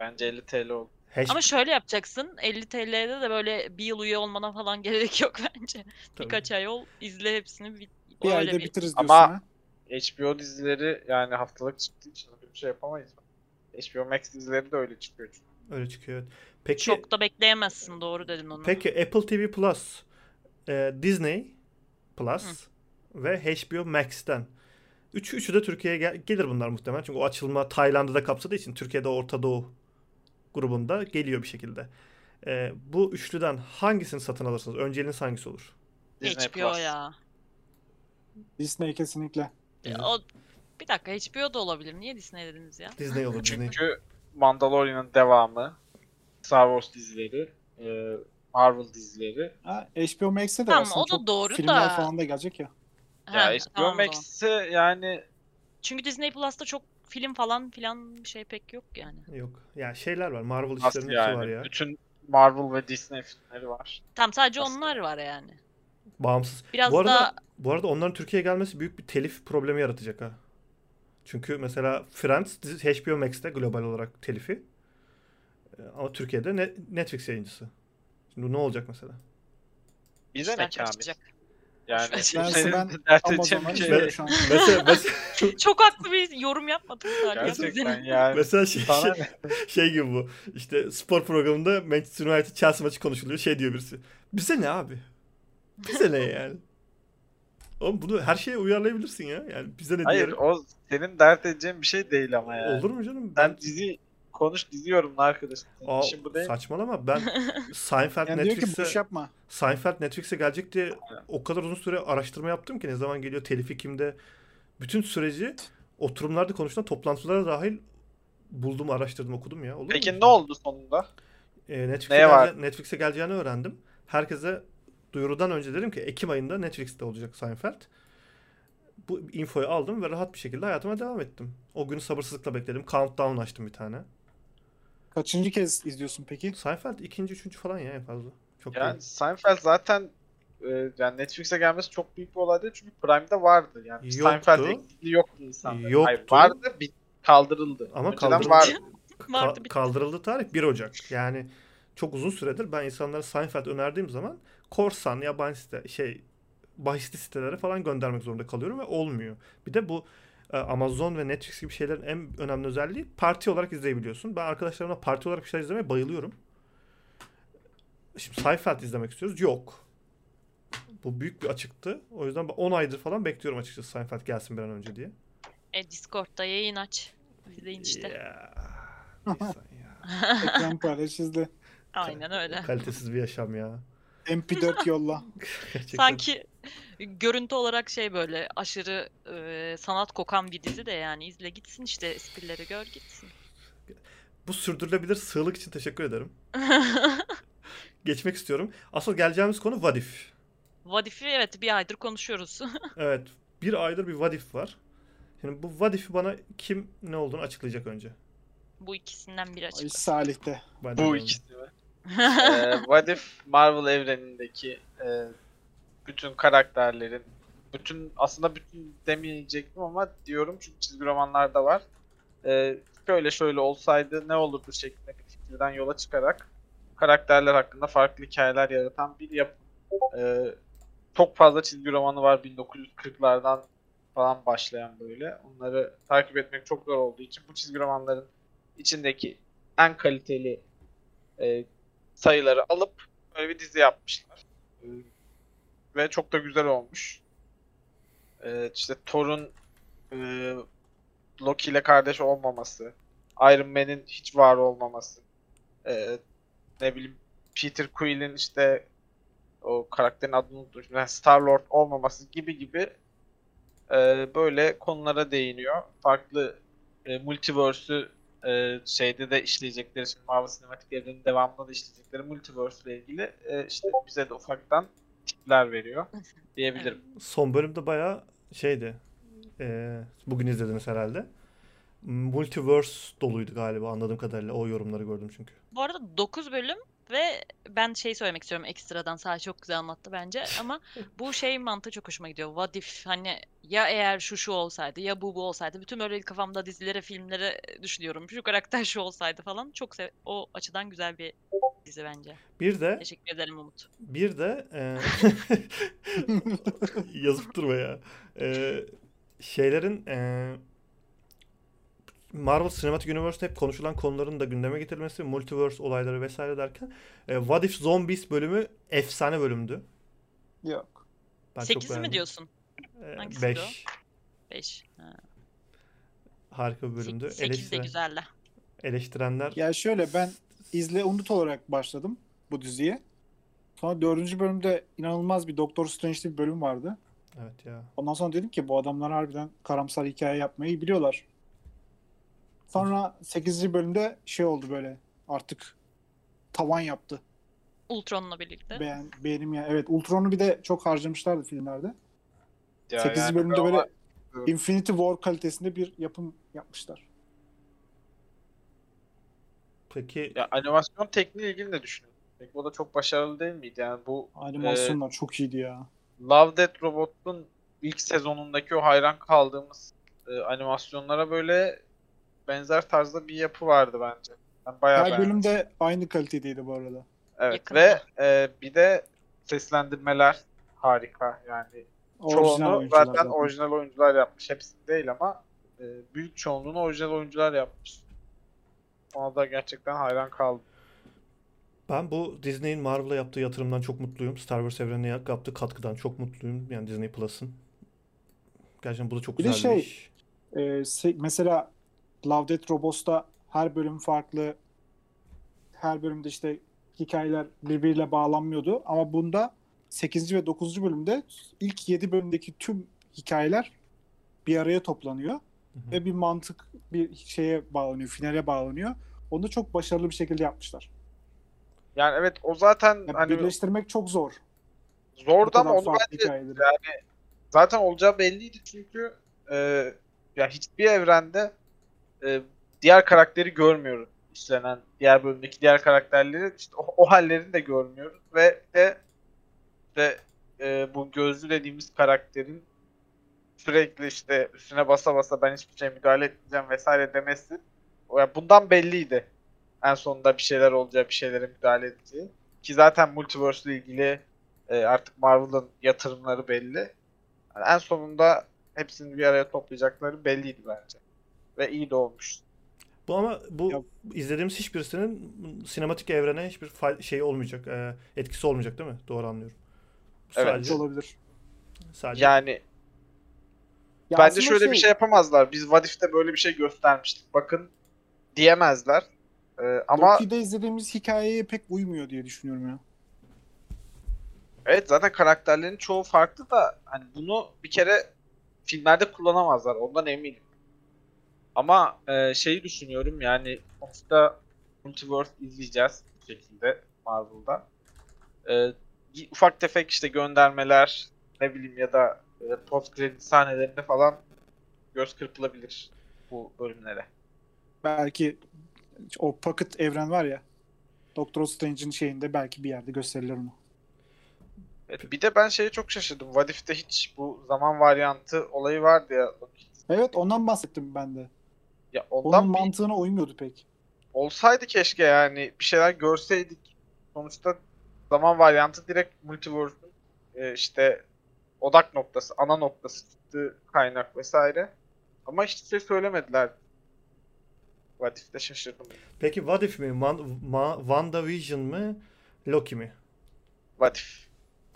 Bence 50 TL oldu.
H-
Ama şöyle yapacaksın. 50 TL'de de böyle bir yıl üye olmana falan gerek yok bence.
Tabii.
Birkaç ay ol, izle hepsini. Bir,
Bir
öyle
ayda
bir-
bitiririz diyorsun
Ama-
ha.
HBO dizileri yani haftalık çıktığı için bir şey yapamayız. HBO Max dizileri de öyle çıkıyor çünkü.
Öyle çıkıyor. evet. Peki
Çok da bekleyemezsin doğru dedin onu.
peki Apple TV Plus, e, Disney Plus ve HBO Max'ten Üçü, üçü de Türkiye'ye gel- gelir bunlar muhtemelen. Çünkü o açılma Tayland'ı da kapsadığı için Türkiye'de Orta Doğu grubunda geliyor bir şekilde. E, bu üçlüden hangisini satın alırsınız? Önceliğiniz hangisi olur?
Disney
HBO
Plus.
ya. E,
Disney kesinlikle.
Disney,
O, bir dakika HBO da olabilir. Niye Disney dediniz ya?
Disney olur. Disney.
Çünkü Mandalorian'ın devamı, Star Wars dizileri, e, Marvel dizileri.
Ha, HBO Max'e de
Tamam,
aslında
o da
çok
doğru
filmler
da.
falan da gelecek ya.
Ha,
ya HBO
tamam o zaman.
Max'i yani
Çünkü Disney Plus'ta çok film falan filan bir şey pek yok yani.
Yok. Ya şeyler var. Marvel
nasıl
işlerinin hepsi
yani?
var ya.
Bütün Marvel ve Disney filmleri var.
Tam sadece
Aslında.
onlar var yani.
Bağımsız.
Biraz
Bu arada-
daha
Bu arada onların Türkiye'ye gelmesi büyük bir telif problemi yaratacak ha. Çünkü mesela Friends dizi- HBO Max'te global olarak telifi. Ee, Ama Türkiye'de ne- Netflix yayıncısı. Şimdi ne olacak mesela?
Bize
İşler
ne Kamil?
karışacak.
Yani
Ben-
senin
ben
de dert edeceğin
Amazon'a
bir şey
izliyorum
değil.
şu an.
Mesela, mes-
çok haklı bir yorum yapmadım sadece.
Gerçekten yani.
mesela şey,
Sana
şey,
ne?
şey gibi bu. İşte spor programında Manchester United Chelsea maçı konuşuluyor. Şey diyor birisi. Bize ne abi? Bize ne yani? Oğlum bunu her şeye uyarlayabilirsin ya. Yani bize ne
Hayır
diyelim.
o senin dert edeceğin bir şey değil ama yani.
Olur mu canım?
Ben dizi konuş dizi yorumla arkadaşım.
Aa,
Şimdi bu değil.
saçmalama. Ben Seinfeld
Yani diyor ki
Netflix'e
boş yapma.
Seinfeld Netflix'e gelecek diye o kadar uzun süre araştırma yaptım ki ne zaman geliyor, telifi kimde. Bütün süreci oturumlarda konuşulan toplantılara dahil buldum, araştırdım, okudum ya. Olur mu?
Peki ne oldu sonunda?
Ee, Netflix'e,
Neye
gelce-
var?
Netflix'e geleceğini öğrendim. Herkese duyurudan önce dedim ki Ekim ayında Netflix'te olacak Seinfeld. Bu infoyu aldım ve rahat bir şekilde hayatıma devam ettim. O günü sabırsızlıkla bekledim. Countdown açtım bir tane.
Kaçıncı kez izliyorsun peki?
Seinfeld ikinci, üçüncü falan ya en fazla. Çok
Yani
değil.
Seinfeld zaten e, yani Netflix'e gelmesi çok büyük bir olay değil çünkü Prime'de vardı yani.
Yoktu.
Seinfeld eksikliği yoktu insanların.
Yoktu.
Hayır, vardı bir kaldırıldı.
Ama
Önceden
kaldırıldı.
vardı.
Ka-
Vardı bir-
kaldırıldığı tarih 1 Ocak. Yani çok uzun süredir ben insanlara Seinfeld önerdiğim zaman korsan, yabancı site, şey bahisli sitelere falan göndermek zorunda kalıyorum ve olmuyor. Bir de bu e, Amazon ve Netflix gibi şeylerin en önemli özelliği parti olarak izleyebiliyorsun. Ben arkadaşlarımla parti olarak bir şeyler izlemeye bayılıyorum. Şimdi Seinfeld izlemek istiyoruz. Yok. Bu büyük bir açıktı. O yüzden ben 10 aydır falan bekliyorum açıkçası Seinfeld gelsin bir an önce diye.
E, Discord'da yayın aç. İzleyin işte.
Ya, insan ya.
Ekran paylaş izle.
Aynen öyle.
Kalitesiz bir yaşam ya.
MP4 yolla.
Gerçekten.
Sanki görüntü olarak şey böyle aşırı e, sanat kokan bir dizi de yani izle gitsin işte esprileri gör gitsin.
Bu sürdürülebilir sığlık için teşekkür ederim. Geçmek istiyorum. Asıl geleceğimiz konu Vadif.
Vadif'i evet bir aydır konuşuyoruz.
Evet. Bir aydır bir Vadif var. Şimdi bu Vadif'i bana kim ne olduğunu açıklayacak önce.
Bu ikisinden biri
Ay
açık.
Salih'te.
Ben de
Bu
bilmiyorum.
ikisi mi? Ee, What If Marvel evrenindeki e, bütün karakterlerin bütün aslında bütün demeyecektim ama diyorum çünkü çizgi romanlarda var. Ee, şöyle şöyle olsaydı ne olurdu şeklinde bir fikirden yola çıkarak karakterler hakkında farklı hikayeler yaratan bir yapı. Ee, çok fazla çizgi romanı var 1940'lardan falan başlayan böyle. Onları takip etmek çok zor olduğu için bu çizgi romanların içindeki en kaliteli e, sayıları alıp böyle bir dizi yapmışlar. E, ve çok da güzel olmuş. E, işte Thor'un e, Loki ile kardeş olmaması, Iron Man'in hiç var olmaması, e, ne bileyim Peter Quill'in işte o karakterin adını unuttum. şimdi. Yani Star-Lord olmaması gibi gibi e, böyle konulara değiniyor. Farklı e, multiverse'ü e, şeyde de işleyecekleri, şimdi Marvel Cinematic Evreni'nin devamında da işleyecekleri multiverse ile ilgili e, işte bize de ufaktan tipler veriyor diyebilirim.
Son bölümde bayağı şeydi. Ee, bugün izlediniz herhalde. Multiverse doluydu galiba anladığım kadarıyla. O yorumları gördüm çünkü.
Bu arada 9 bölüm ve ben şey söylemek istiyorum ekstradan. Sahi çok güzel anlattı bence ama bu şey mantığı çok hoşuma gidiyor. What if hani ya eğer şu şu olsaydı ya bu bu olsaydı. Bütün böyle kafamda dizilere, filmlere düşünüyorum. Şu karakter şu olsaydı falan. Çok sev- o açıdan güzel bir dizi bence.
Bir de
Teşekkür ederim Umut.
Bir de e, yazıp durma ya. E, şeylerin e, Marvel Cinematic Universe'te hep konuşulan konuların da gündeme getirilmesi, multiverse olayları vesaire derken e, What If Zombies bölümü efsane bölümdü.
Yok.
Ben çok
8 mi
beğendim.
diyorsun?
E,
Hangisi
beş.
diyor? 5.
Harika bir bölümdü.
8 de
Eleştiren-
güzeldi.
eleştirenler
Ya şöyle ben izle unut olarak başladım bu diziye. Sonra dördüncü bölümde inanılmaz bir Doktor Strange'li bir bölüm vardı.
evet ya.
Ondan sonra dedim ki bu adamlar harbiden karamsar hikaye yapmayı biliyorlar. Sonra 8. bölümde şey oldu böyle artık tavan yaptı.
Ultron'la birlikte.
Beğen, beğenim ya. Evet Ultron'u bir de çok harcamışlardı filmlerde.
Ya
8.
yani
bölümde
ama-
böyle Infinity War kalitesinde bir yapım yapmışlar.
Peki
Ya animasyon tekniği ilgili ne düşünüyorsun? Peki o da çok başarılı değil miydi? Yani bu Ee,
Animasyonlar çok iyiydi ya.
Love Death Robot'un ilk sezonundaki o hayran kaldığımız e, animasyonlara böyle benzer tarzda bir yapı vardı bence. Ben bayağı
Her
beğendim.
bölüm de aynı kalitedeydi bu arada.
Evet
Yakında.
ve e, bir de seslendirmeler harika yani.
Orijinal
Çoğunu
oyuncular
zaten,
zaten.
orijinal oyuncular yapmış. Hepsi değil ama e, büyük çoğunluğunu orijinal oyuncular yapmış. Ona da gerçekten hayran kaldım.
Ben bu Disney'in Marvel'a yaptığı yatırımdan çok mutluyum. Star Wars evrenine yaptığı katkıdan çok mutluyum. Yani Disney Plus'ın. Gerçekten bu da çok
Bir de
güzel bir
şey,
iş.
Ee, se- mesela Love Death Robots'ta her bölüm farklı. Her bölümde işte hikayeler birbiriyle bağlanmıyordu. Ama bunda 8. ve 9. bölümde ilk 7 bölümdeki tüm hikayeler bir araya toplanıyor.
Hı hı.
Ve bir mantık bir şeye bağlanıyor, finale bağlanıyor. Onu da çok başarılı bir şekilde yapmışlar.
Yani evet o zaten
Yani
hani
birleştirmek çok zor. Bu
zordu
kadar
ama onu
farklı
bence
hikayeleri.
zaten olacağı belliydi çünkü e, ya hiçbir evrende e, diğer karakteri görmüyoruz işlenen diğer bölümdeki diğer karakterleri işte o, o hallerini de görmüyoruz ve bir de de bu gözlü dediğimiz karakterin sürekli işte üstüne basa basa ben hiçbir şeye müdahale etmeyeceğim vesaire demesi o ya bundan belliydi. En sonunda bir şeyler olacağı, bir şeylere müdahale edeceği. Ki zaten multiverse ile ilgili e, artık Marvel'ın yatırımları belli. Yani en sonunda hepsini bir araya toplayacakları belliydi bence. Ve iyi de olmuş.
Bu ama bu
Ya-
izlediğimiz hiçbirisinin sinematik evrene hiçbir fay- şey olmayacak. e, etkisi olmayacak değil mi? Doğru anlıyorum. Bu
Evet.
Sadece,
olabilir.
sadece
Yani
Ya
bence
aslında
şöyle bir şey yapamazlar. Biz Vadif'te böyle bir şey göstermiştik. Bakın diyemezler. E, ama
Loki'de izlediğimiz hikayeye pek uymuyor diye düşünüyorum ya.
evet zaten karakterlerin çoğu farklı da hani bunu bir kere filmlerde kullanamazlar. Ondan eminim. Ama e, şeyi düşünüyorum yani sonuçta Multiverse izleyeceğiz bir şekilde Marvel'da. E, y- ufak tefek işte göndermeler ne bileyim ya da e, post kredi sahnelerinde falan göz kırpılabilir bu bölümlere.
belki o Pocket evren var ya. Doctor Strange'in şeyinde belki bir yerde gösterilir onu.
Evet, bir de ben şeye çok şaşırdım. Vadif'te hiç bu zaman varyantı olayı vardı ya.
Evet ondan bahsettim ben de.
Ya
Onun
ondan bir-
mantığına uymuyordu pek.
olsaydı keşke yani bir şeyler görseydik. Sonuçta zaman varyantı direkt multiverse'ün e, işte odak noktası, ana noktası çıktığı kaynak vesaire. Ama hiçbir şey söylemediler. What if'te şaşırdım.
Peki What If mi? Man- Ma- WandaVision mı? Loki mi?
What if?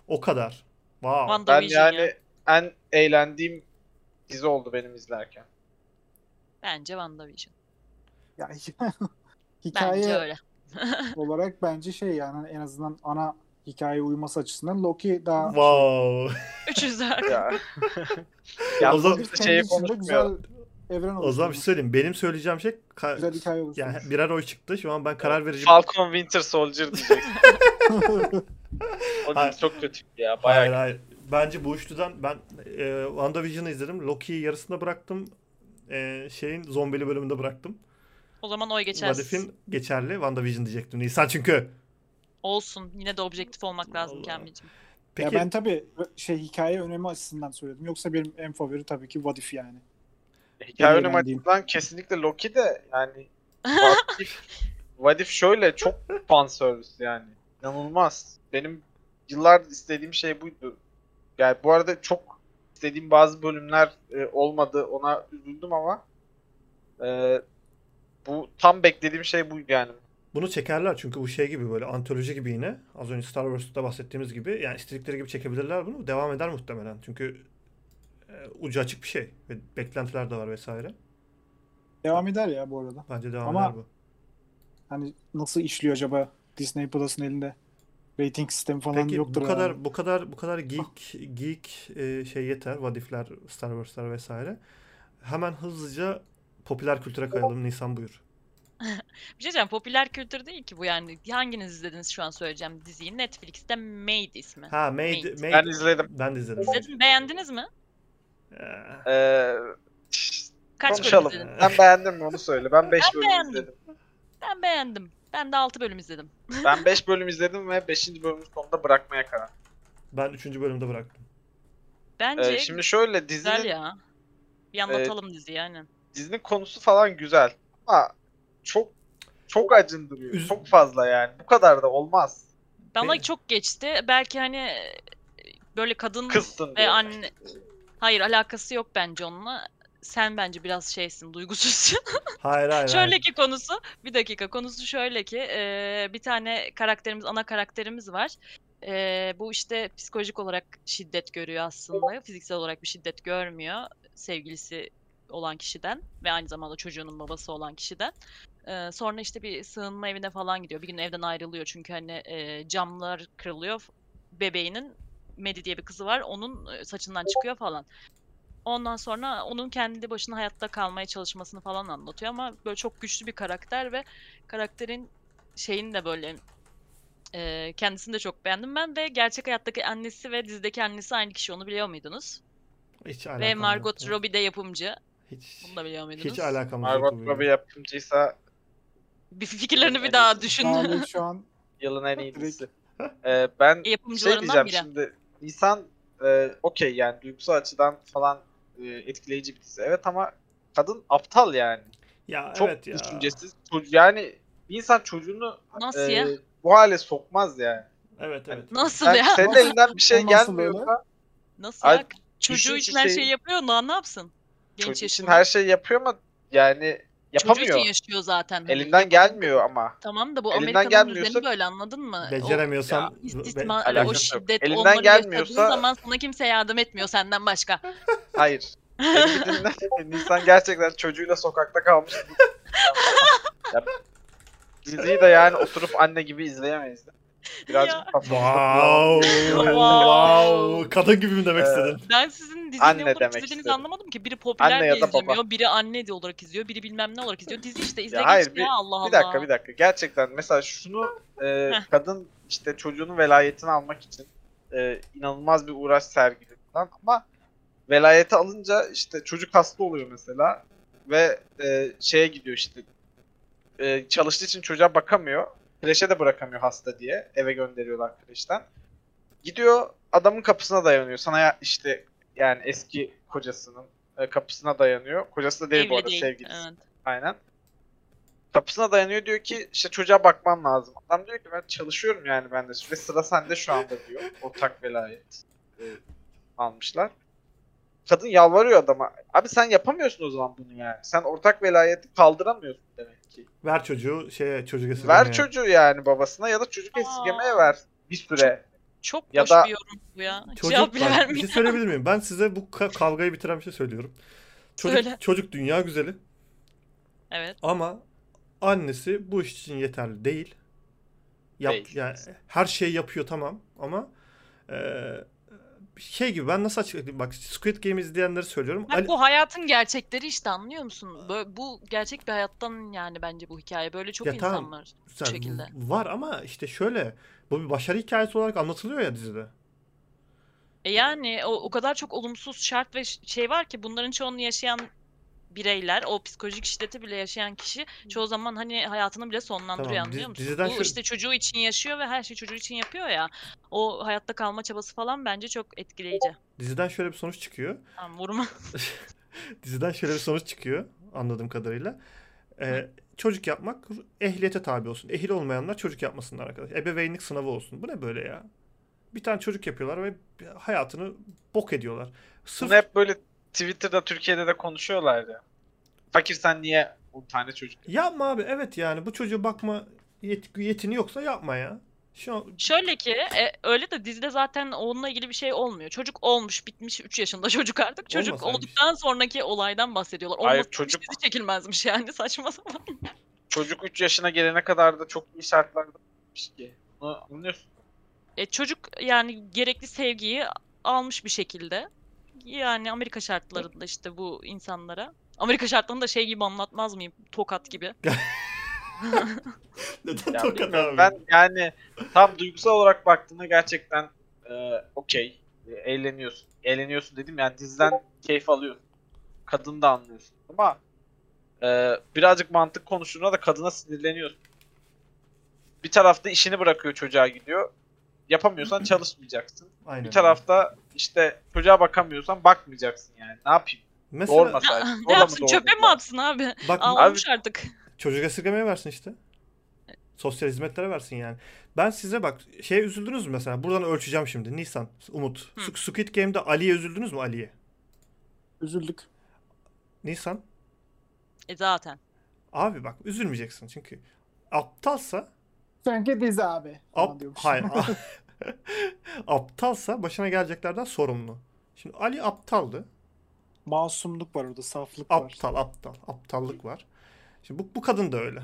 O kadar. Wow.
Ben
WandaVision
yani
ya.
en eğlendiğim dizi oldu benim izlerken.
Bence WandaVision.
Yani
Bence
hikaye
öyle.
olarak bence şey yani en hani azından ana hikaye uyuması açısından Loki daha
Wow.
Üç yüzler.
Ya. ya
O zaman-
biz
Kendi
de şey
içinde
konuşmuyor.
güzel evren olur.
O zaman bir şey söyleyeyim. Benim söyleyeceğim şey ka-
güzel hikaye olur.
yani birer oy çıktı. Şu an ben karar verici
Falcon Winter Soldier diyeceksin. O dizi
Hayır.
çok kötü ya. Bayağı
Hayır hayır. Bence bu üçlüden ben e, WandaVision'ı izledim. Loki'yi yarısında bıraktım. E, şeyin zombili bölümünde bıraktım.
O zaman oy geçersin.
Vadif'in geçerli WandaVision diyecektim. Nisan çünkü.
Olsun. Yine de objektif olmak lazım
Allah.
Kamil'cim.
Peki
Ya ben tabii şey hikaye önemi açısından söyledim. Yoksa benim en favori tabii ki What If yani.
Hikaye
Geliyor
önüm
ben diyeyim.
açısından kesinlikle Loki de yani Vadif, Vadif şöyle çok fan service yani. İnanılmaz. Benim yıllar istediğim şey buydu. Yani bu arada çok istediğim bazı bölümler e, olmadı. Ona üzüldüm ama e, bu tam beklediğim şey buydu yani.
bunu çekerler çünkü bu şey gibi böyle antoloji gibi yine. Az önce Star Wars'ta bahsettiğimiz gibi yani istedikleri gibi çekebilirler bunu. Devam eder muhtemelen. Çünkü e, ucu açık bir şey ve beklentiler de var vesaire.
Devam eder ya bu arada.
Bence devam
Ama-
eder bu.
Hani nasıl işliyor acaba Disney Plus'ın elinde? Rating sistemi falan
Peki
yoktur. Ah.
bu kadar
herhalde.
bu kadar bu kadar geek geek e, şey yeter. Vadifler, Star Wars'lar vesaire. Hemen hızlıca popüler kültüre kayalım. Nisan buyur.
Bir şey diyeceğim. Popüler kültür değil ki bu yani. Hanginiz izlediniz şu an söyleyeceğim diziyi. Netflix'te Made ismi.
Ha Made,
Made.
Made-
Ben izledim.
ben de izledim.
İzledin, beğendiniz mi?
Ee,
E,
Kaç bölüm
konuşalım.
izledin?
izledin?
Sen beğendin mi onu söyle. Ben 5
Ben
bölüm
beğendim.
izledim.
Ben beğendim. Ben de 6 bölüm izledim.
Ben 5 bölüm izledim ve 5. bölümün sonunda bırakmaya karar. verdim.
Ben 3. bölümde bıraktım.
E,
Bence
şimdi Ee, şöyle
güzel
dizinin
ya. Bir anlatalım diziyi aynen.
dizinin konusu falan güzel ama çok çok acındırıyor.
Üz-
Çok fazla yani. Bu kadar da olmaz.
Bana
Be-
çok geçti. Belki hani e, böyle kadın
Kızsın diye.
ve anne... Hayır alakası yok bence onunla. Sen bence biraz şeysin, duygusuzsun.
Hayır hayır.
Şöyle
hayır.
ki konusu, bir dakika konusu şöyle ki e, bir tane karakterimiz, ana karakterimiz var. E, bu işte psikolojik olarak şiddet görüyor aslında. Fiziksel olarak bir şiddet görmüyor sevgilisi olan kişiden ve aynı zamanda çocuğunun babası olan kişiden. E, sonra işte bir sığınma evine falan gidiyor. Bir gün evden ayrılıyor çünkü hani e, camlar kırılıyor. Bebeğinin Medi diye bir kızı var. Onun e, saçından çıkıyor falan. Ondan sonra onun kendi başına hayatta kalmaya çalışmasını falan anlatıyor ama böyle çok güçlü bir karakter ve karakterin şeyini de böyle e, kendisini de çok beğendim ben ve gerçek hayattaki annesi ve dizideki annesi aynı kişi onu biliyor muydunuz?
Hiç alakam
ve
yok
Margot
ya.
Robbie de yapımcı.
Hiç,
Bunu da biliyor muydunuz?
hiç alakamız yok. bu
Margot
bölümle.
Robbie yapımcıysa
Bir fikirlerini bir daha düşün.
Hala şu an
yılın en iyi
Direkt.
dizisi. Ee, ben şey
Yapımcılarından
diyeceğim
biri.
şimdi. Nisan e, okey yani duygusal açıdan falan e, etkileyici bir dizi. Evet ama kadın aptal yani.
Ya
Çok
evet ya.
düşüncesiz. Ço- Yani bir insan çocuğunu
Nasıl
e,
ya?
bu hale sokmaz yani.
Evet evet.
Nasıl
Sen,
ya?
senin elinden bir şey
O nasıl öyle?
gelmiyorsa
Nasıl
Ay,
ya? Çocuğu
düşün
için her
şey-
şeyi yapıyor. Lan ne yapsın? Genç
Çocuk için
yaşında.
her şeyi yapıyor ama yani
Çocuğu için
yapamıyor.
yaşıyor zaten. hani.
Elinden gelmiyor ama.
Tamam da bu
Elinden
Amerika'nın düzeni
gelmiyorsa-
böyle anladın mı? O-
Beceremiyorsan
İstismar,
be-
hani o
alakası yok.
şiddet
Elinden
onları
gelmiyorsa-
yaşadığın zaman sana kimse yardım etmiyor senden başka.
Hayır. Beni bir dinle. Nisan gerçekten çocuğuyla sokakta kalmış. Ya, Diziyi de yani oturup anne gibi izleyemeyiz. de.
Ya.
Birazcık kafamızı
Wow.
bulalım.
wow. Kadın gibi mi demek
Ee,
istedin?
Ben sizin dizi
Anne
ne olarak
demek
izlediğinizi
istedim.
anlamadım ki. Biri popüler
Anne
diye
ya da baba.
izlemiyor, biri anne diye olarak izliyor, biri bilmem ne olarak izliyor. Dizi işte izle
Ya
geç
hayır,
ya Allah Allah.
Bir dakika bir dakika. Gerçekten mesela şunu e, kadın işte çocuğunun velayetini almak için e, inanılmaz bir uğraş sergiliyor falan ama velayeti alınca işte çocuk hasta oluyor mesela ve e, şeye gidiyor işte e, çalıştığı için çocuğa bakamıyor. Kreşe de bırakamıyor hasta diye. Eve gönderiyorlar kreşten. Gidiyor adamın kapısına dayanıyor. Sana ya- işte yani eski kocasının e, kapısına dayanıyor. Kocası da değil bu
Evli
arada
değil,
sevgilisi.
evet.
Aynen. Kapısına dayanıyor diyor ki işte çocuğa bakman lazım. Adam diyor ki ben çalışıyorum yani ben de ve sıra sende şu anda diyor. Ortak velayet e, almışlar. Kadın yalvarıyor adama. Abi sen yapamıyorsun o zaman bunu yani. Sen ortak velayeti kaldıramıyorsun demek ki.
Ver çocuğu şeye çocuk esirgemeye.
Ver çocuğu yani babasına ya da çocuk esirgemeye ver bir süre.
Çok
Ya
hoş
da-
bir yorum bu ya. Hiç
Çocuk
Cevap bile
bak, bir şey
vermiyor.
söyleyebilir miyim? Ben size bu ka- kavgayı bitiren bir şey söylüyorum. Çocuk,
Söyle.
çocuk dünya güzeli
Evet.
ama annesi bu iş için yeterli değil. Yap,
Değil.
yani her şeyi yapıyor tamam ama eee, şey gibi ben nasıl açıklayayım bak Squid Game izleyenleri söylüyorum.
Bak
Ali-
bu hayatın gerçekleri işte anlıyor musun? Bö- bu gerçek bir hayattan yani bence bu hikaye. Böyle çok
Ya
insan
tamam.
var.
Yani
şekilde.
Var ama işte şöyle bu bir başarı hikayesi olarak anlatılıyor ya dizide.
E yani o, o kadar çok olumsuz şart ve ş- şey var ki bunların çoğunu yaşayan bireyler, o psikolojik şiddeti bile yaşayan kişi çoğu zaman hani hayatını bile sonlandırıyor
Tamam, dizi-
anlıyor musun?
diziden
Bu
şu-
işte çocuğu için yaşıyor ve her şeyi çocuğu için yapıyor ya. O hayatta kalma çabası falan bence çok etkileyici.
Diziden şöyle bir sonuç çıkıyor.
Tamam, vurma.
Diziden şöyle bir sonuç çıkıyor anladığım kadarıyla. Ee, çocuk yapmak ehliyete tabi olsun. Ehil olmayanlar çocuk yapmasınlar arkadaş. Ebeveynlik sınavı olsun. Bu ne böyle ya? Bir tane çocuk yapıyorlar ve hayatını bok ediyorlar. Sırf
Bunu hep böyle Twitter'da Türkiye'de de konuşuyorlar ya. Fakir sen niye 10 tane çocuk
yapma abi evet yani bu çocuğa bakma yet- yetini yoksa yapma ya. Şu an
Şöyle ki e, öyle de dizide zaten onunla ilgili bir şey olmuyor. Çocuk olmuş, bitmiş 3 yaşında çocuk artık. Çocuk
Olmasaymış.
olduktan sonraki olaydan bahsediyorlar.
Hayır,
Olmasaymış
çocuk-
dizi çekilmezmiş yani saçma sapan.
Çocuk 3 yaşına gelene kadar da çok iyi şartlarda olmuş ki. Bunu anlıyorsun.
E, çocuk yani gerekli sevgiyi almış bir şekilde. Yani Amerika şartlarında işte bu insanlara. Amerika şartlarında şey gibi anlatmaz mıyım? Tokat gibi.
neden
Ya
tokat
bilmiyorum,
abi?
Ben yani tam duygusal olarak baktığında gerçekten e, okey. E, eğleniyorsun. Eğleniyorsun dedim yani diziden keyif alıyorsun. Kadını da anlıyorsun. Ama e, birazcık mantık konuştuğunda da kadına sinirleniyorsun. Bir tarafta işini bırakıyor çocuğa gidiyor. Yapamıyorsan çalışmayacaksın.
Aynen.
Bir tarafta işte çocuğa bakamıyorsan bakmayacaksın yani. Ne yapayım?
Mesela
Doğurmasaydı.
ne
Zorla mı
yapsın çöpe mi
doğurdun?
atsın abi?
bak
Aa, Olmuş artık.
Çocuk esirgemeye versin işte. Sosyal hizmetlere versin yani. Ben size bak şey üzüldünüz mü mesela? Buradan ölçeceğim şimdi. Nisan, Umut.
Hı.
Su- Squid Game'de Ali'ye üzüldünüz mü Ali'ye?
Üzüldük.
Nisan.
E zaten.
Abi bak üzülmeyeceksin çünkü aptalsa
Sanki dizi abi. falan
ap
diyormuş.
hayır. a- aptalsa başına geleceklerden sorumlu. Şimdi Ali aptaldı.
Masumluk var orada, saflık var.
Aptal, aptal, aptallık var. Şimdi bu, bu kadın da öyle.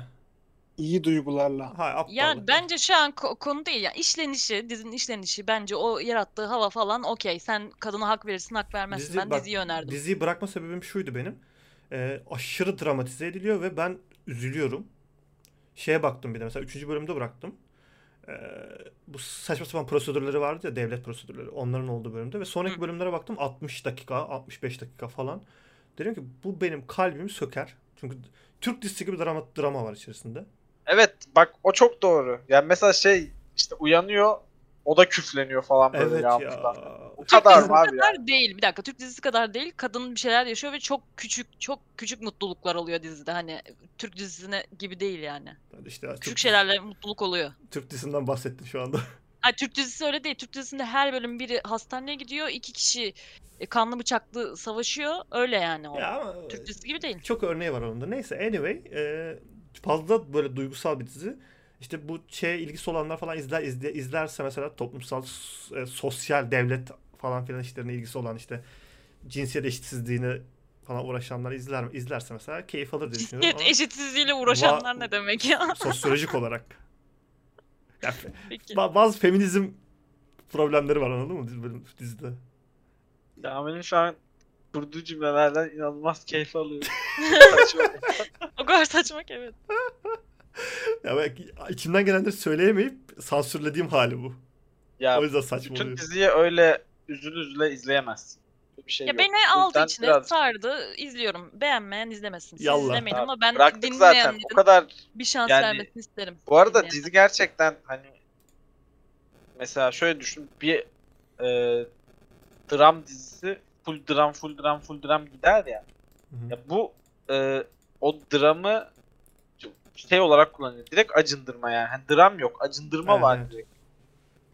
İyi duygularla.
Hayır, aptallık.
Yani
var.
bence şu an ko- konu değil ya. İşlenişi, dizinin işlenişi bence o yarattığı hava falan okey. Sen kadına hak verirsin, hak vermezsin.
Dizi-
ben
bak,
diziyi önerdim.
Diziyi bırakma sebebim şuydu benim. Ee, aşırı dramatize ediliyor ve ben üzülüyorum. Şeye baktım bir de mesela 3. bölümde bıraktım. Ee, bu saçma sapan prosedürleri vardı ya devlet prosedürleri onların olduğu bölümde ve sonraki
Hı.
bölümlere baktım 60 dakika 65 dakika falan. Dedim ki bu benim kalbimi söker. Çünkü Türk dizisi gibi drama, drama var içerisinde.
Evet bak o çok doğru. Yani mesela şey işte uyanıyor o da küfleniyor falan böyle
Evet
ya.
ya.
Bu kadar
dizisi
mı abi ya?
kadar değil. Bir dakika Türk dizisi kadar değil. Kadın bir şeyler yaşıyor ve çok küçük çok küçük mutluluklar oluyor dizide. Hani Türk dizisine gibi değil yani.
İşte
Küçük
Türk,
şeylerle mutluluk oluyor.
Türk dizisinden bahsettin şu anda.
Ha Türk dizisi öyle değil. Türk dizisinde her bölüm biri hastaneye gidiyor. iki kişi e, kanlı bıçaklı savaşıyor. Öyle yani o.
ya e, ama
Türk dizisi gibi değil.
Çok örneği var onun da. Neyse anyway e, fazla böyle duygusal bir dizi. İşte bu şey ilgisi olanlar falan izler, izle- izlerse mesela toplumsal s- e, sosyal devlet falan filan işlerine ilgisi olan işte cinsiyet eşitsizliğine falan uğraşanlar izler izlerse mesela keyif alır diye düşünüyorum.
Cinsiyet
ama
eşitsizliğiyle uğraşanlar ne demek ya?
sosyolojik olarak. Ya, fe-
Peki.
ba- bazı feminizm problemleri var anladın mı dizi- bölüm- dizide?
Ya benim şu an kurduğu cümlelerden inanılmaz keyif alıyorum. Saçma.
O kadar saçma ki evet.
Ya belki içimden gelenleri söyleyemeyip sansürlediğim hali bu.
ya
o yüzden saçma
bütün
oluyor.
diziyi öyle üzül üzüle izleyemezsin. Böyle Bir şey
Ya
yok.
beni
O
aldı
yüzden
içine
biraz-
sardı. izliyorum. Beğenmeyen izlemesin. Siz
Yallah.
izlemeyin
Ha,
ama ben
Bıraktık zaten. O
dinleyenlerin
kadar
bir şans
Yani-
vermesini isterim.
Bu arada
Dinleyen.
dizi gerçekten hani mesela şöyle düşün bir e, dram dizisi full dram full dram full dram gider ya.
Hı hı.
Ya bu e, o dramı çok şey olarak kullanıyor. Direkt acındırma yani. Hani dram yok. Acındırma
Evet,
var
evet.
direkt.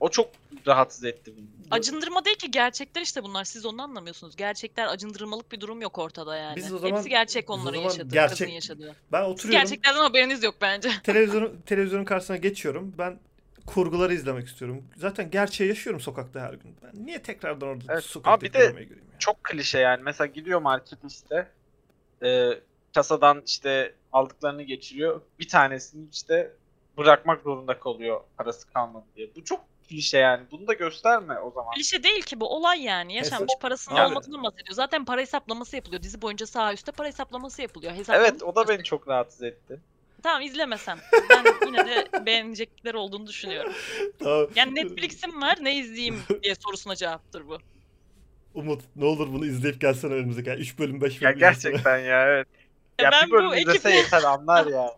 O çok rahatsız etti beni.
Acındırma değil ki gerçekler işte bunlar. Siz onu anlamıyorsunuz. Gerçekler acındırmalık bir durum yok ortada yani.
Biz o zaman-
Hepsi gerçek
biz o
onların
zaman
yaşadığı,
gerçek-
kadının yaşadığı.
Ben
Siz
oturuyorum.
gerçeklerden haberiniz yok bence.
televizyonun televizyonun karşısına geçiyorum. Ben kurguları izlemek istiyorum. Zaten gerçeği yaşıyorum sokakta her gün. Ben niye tekrardan orada
Evet,
sokakta
ama bir de
dramaya gireyim ya?
Çok klişe yani. Mesela gidiyor market işte e, kasadan işte aldıklarını geçiriyor. Bir tanesini işte bırakmak zorunda kalıyor parası kalmadı diye. Bu çok klişe yani. Bunu da gösterme o zaman.
Klişe değil ki bu olay yani. Yaşanmış parasının
Abi.
olmadığını bahsediyor. Zaten para hesaplaması yapılıyor. Dizi boyunca sağ üstte para hesaplaması yapılıyor. Hesaplamış-
Evet o da beni çok rahatsız etti.
Tamam izlemesem. Ben yine de beğenecekler olduğunu düşünüyorum.
Tamam.
Yani Netflix'im var ne izleyeyim diye sorusuna cevaptır bu.
Umut ne olur bunu izleyip gelsene önümüzdeki. Yani 3 bölüm 5
Ya
bölüm. izlesene.
gerçekten ya evet. Ya
ben
bir
bu
bölüm
ekibi...
izlese yeter anlar ya.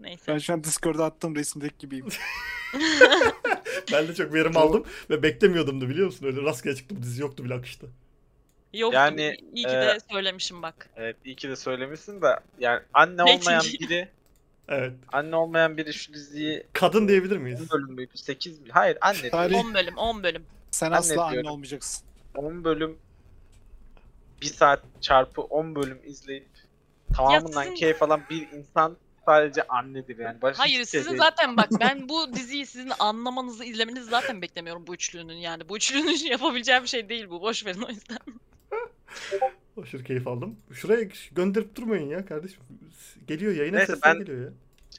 Neyse.
Ben şu an Discord'a attığım resimdeki gibiyim.
ben de çok verim aldım ve beklemiyordum da biliyor musun? Öyle rastgele çıktı bu dizi yoktu bile akışta.
Yok
Yani,
iyi ki de
e,
söylemişim bak.
Evet iyi ki de söylemişsin de yani anne
Ne
olmayan
diyeyim?
biri
Evet.
anne olmayan biri şu diziyi
Kadın diyebilir miyiz?
10 bölüm müydü 8 mi? Hayır anne
Tarih-
10 bölüm 10 bölüm.
Sen
Anne
asla anne
diyorum.
olmayacaksın.
10 bölüm 1 saat çarpı 10 bölüm izleyip tamamından
sizin-
keyif alan bir insan sadece annedir yani. Başka
Hayır
hiçbir şey
sizin
değil.
zaten bak ben bu diziyi sizin anlamanızı izlemenizi zaten beklemiyorum bu üçlünün yani. Bu üçlünün yapabileceğim bir şey değil bu. Boş verin o yüzden.
Aşırı keyif aldım. Şuraya gönderip durmayın ya kardeşim. Geliyor yayına
Neyse,
sesler
ben-
geliyor ya.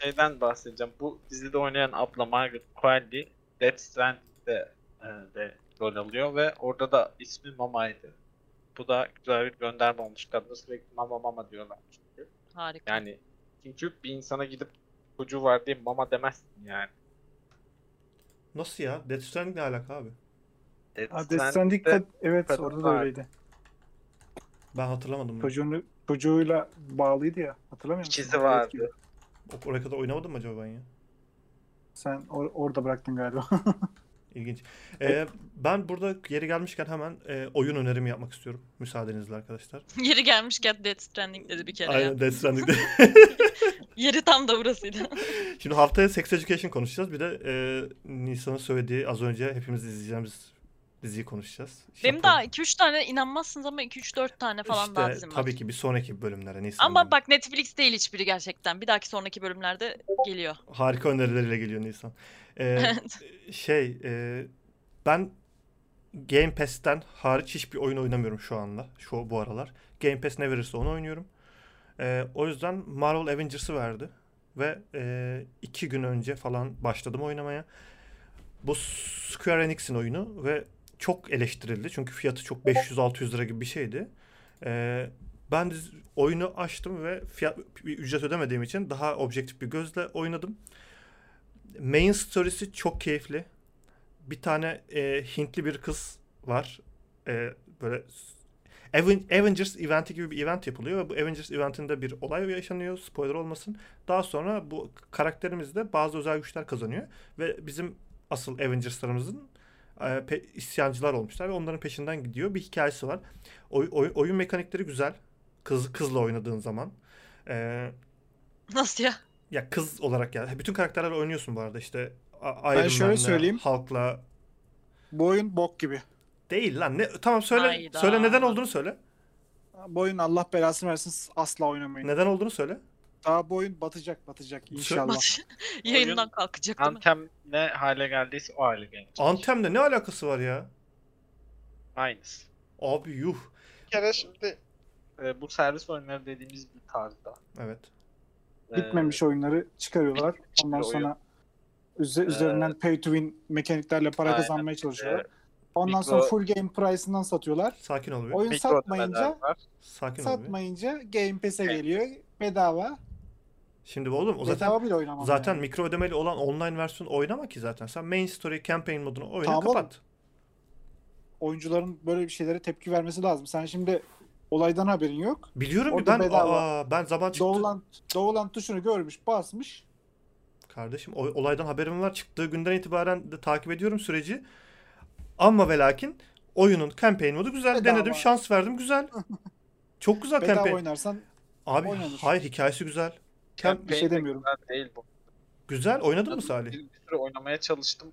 şeyden bahsedeceğim. Bu dizide oynayan abla Margaret Qualley Death Stranding'de e, de rol alıyor ve orada da ismi Mama'ydı. Bu da güzel bir gönderme olmuş. Kadına sürekli Mama Mama diyorlar. çünkü.
Harika.
Yani çünkü bir insana gidip çocuğu var diye Mama demezsin yani.
Nasıl ya? Death Stranding ne alaka abi?
Death
Ha, Death
Stranding'de
Stranding'de- evet
kadın
orada
var.
da öyleydi.
Ben hatırlamadım. ya.
Çocuğunu, çocuğuyla bağlıydı ya. Hatırlamıyor musun?
İkisi
Evet,
vardı.
gibi.
O- Oraya kadar oynamadım mı acaba ben ya?
Sen or- orada bıraktın galiba.
İlginç. Ee, ben burada yeri gelmişken hemen e, oyun önerimi yapmak istiyorum. Müsaadenizle arkadaşlar.
Yeri gelmişken Death Stranding dedi bir kere ya.
Aynen Death Stranding'de.
Yeri tam da burasıydı.
Şimdi haftaya Sex Education konuşacağız. Bir de e, Nisan'ın söylediği az önce hepimiz izleyeceğimiz diziyi konuşacağız.
Benim
Şaka.
daha 2-3 tane inanmazsınız ama 2-3-4 tane falan daha
İşte,
dizim var.
tabii ki bir sonraki bölümlere Nisan'ın.
Ama bak Netflix değil hiçbiri gerçekten. Bir dahaki sonraki bölümlerde geliyor.
Harika önerileriyle geliyor Nisan. Ee,
Evet.
şey e, ben Game Pass'ten hariç hiçbir oyun oynamıyorum şu anda. Şu bu aralar. Game Pass ne verirse onu oynuyorum. Ee, o yüzden Marvel Avengers'ı verdi. Ve e, iki gün önce falan başladım oynamaya. Bu Square Enix'in oyunu ve çok eleştirildi. Çünkü fiyatı çok 500-600 lira gibi bir şeydi. Ee, ben diz- oyunu açtım ve fiyat bir ücret ödemediğim için daha objektif bir gözle oynadım. Main story'si çok keyifli. Bir tane e, Hintli bir kız var. E, böyle s- Aven- Avengers eventi gibi bir event yapılıyor ve bu Avengers eventinde bir olay yaşanıyor. Spoiler olmasın. Daha sonra bu karakterimiz de bazı özel güçler kazanıyor ve bizim asıl Avengers'larımızın e, pe- isyancılar olmuşlar ve onların peşinden gidiyor. Bir hikayesi var. Oy- oy- oyun mekanikleri güzel. Kız kızla oynadığın zaman. E,
Nasıl ya?
ya kız olarak ya. Bütün karakterlerle oynuyorsun bu arada işte. A-
Ben şöyle
Man'le,
söyleyeyim.
Hulk'la.
Bu oyun bok gibi.
Değil lan. Ne, tamam söyle.
Hayda.
Söyle neden olduğunu söyle.
Bu oyun Allah belasını versin asla oynamayın.
Neden olduğunu söyle.
Daha bu oyun batacak batacak inşallah.
Yayından
Oyun-
kalkacak değil mi?
Anthem ne hale geldiyse o hale gelecek.
Antem'le ne alakası var ya?
Aynısı.
Abi yuh.
Bir kere şimdi e, bu servis oyunları dediğimiz bir tarzda.
Evet.
e,
Bitmemiş oyunları çıkarıyorlar.
bitmemiş
Ondan
bir
sonra üze- üzerinden pay to win mekaniklerle para
Aynen.
kazanmaya
e,
çalışıyorlar. Ondan
mikro-
sonra full game price'ından satıyorlar.
Sakin ol bir.
Oyun
mikro
satmayınca
ödemeler var.
Sakin ol bir.
satmayınca Game Pass'e
Evet.
geliyor bedava.
Şimdi oğlum o zaten
bedava bile oynamam.
zaten
yani.
mikro ödemeli olan online versiyon oynama ki zaten. Sen main story campaign modunu oyna
Tamam oğlum.
kapat.
oyuncuların böyle bir şeylere tepki vermesi lazım. Sen şimdi olaydan haberin yok.
Biliyorum ki
Orada
ben
bedava.
aa, ben zaman çıktı.
Doğulan Doğulan tuşunu görmüş, basmış.
Kardeşim o- olaydan haberim var. Çıktığı günden itibaren de takip ediyorum süreci. Ama ve lakin oyunun campaign modu güzel.
Bedava.
Denedim, şans verdim. Güzel. Çok güzel
Bedava
campaign.
oynarsan
Abi
oynanır.
hayır hikayesi güzel. Camp-
bir şey demiyorum.
güzel değil bu.
güzel. Oynadın mı
Bir-
Salih?
Bir, süre oynamaya çalıştım.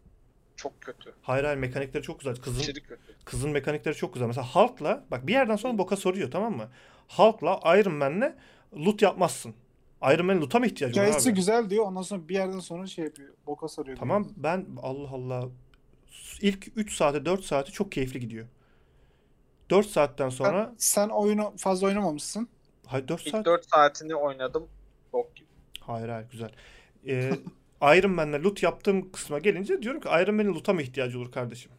Çok kötü.
Hayır hayır mekanikleri çok güzel. Kızın
İçeri kötü.
kızın mekanikleri çok güzel. Mesela Hulk'la bak bir yerden sonra boka soruyor tamam mı? Hulk'la Iron Man'le loot yapmasın. Iron Man'in loot'a mı ihtiyacı var
hikayesi
abi?
güzel diyor. Ondan sonra bir yerden sonra şey yapıyor. Boka sarıyor.
Tamam
diyor.
ben Allah Allah ilk 3 saate 4 saate çok keyifli gidiyor. 4 saatten sonra
Sen oyunu fazla oynamamışsın.
hayır 4
İlk
saat
4 saatini oynadım. Bok gibi.
hayır hayır güzel. e, Iron Man'le loot yaptığım kısma gelince diyorum ki Iron Man'in loot'a mı ihtiyacı olur kardeşim?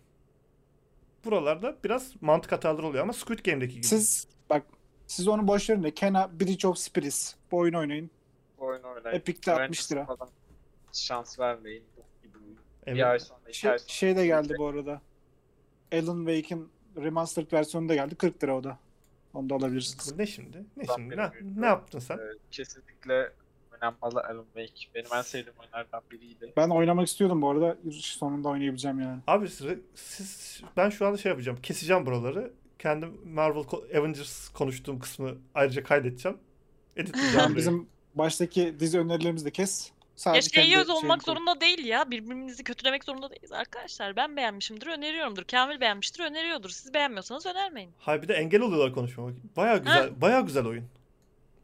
Buralarda biraz mantık hataları oluyor ama Squid Game'deki gibi.
Siz bak siz onu boş verin de Kena Bridge of Spirits bu oyunu oynayın.
Bu oyunu oynayın.
Epic'te 60 lira.
Öğrencisi falan Şans vermeyin. Bu gibi oyun.
Evet.
Bir ay sonra, iki
Şey,
ay sonra.
şey de geldi bu arada. Alan Wake'in remastered versiyonu da geldi. 40 lira o da. Onu da alabilirsiniz.
Bu ne şimdi? Ne
Ulan
şimdi?
benim
Ne,
büyük
ne yaptın sen?
Ee, kesinlikle önemli Alan Wake. Benim en sevdiğim oyunlardan biriydi.
Ben oynamak istiyordum bu arada. Sonunda oynayabileceğim yani.
Abi siz, siz ben şu anda şey yapacağım. Keseceğim buraları. Kendim Marvel ko- Avengers konuştuğum kısmı ayrıca kaydedeceğim. Editleyeceğim.
Yani
burayı.
bizim baştaki dizi önerilerimizi de kes.
Ya
Sadece
şey
kendi
yiyoruz
şeyini
olmak
koy.
zorunda değil ya. Birbirimizi kötülemek zorunda değiliz arkadaşlar. Ben beğenmişimdir, öneriyorumdur. Kamil beğenmiştir, öneriyordur. Siz beğenmiyorsanız önermeyin.
Hay bir de engel oluyorlar konuşmama. Baya güzel, baya güzel oyun.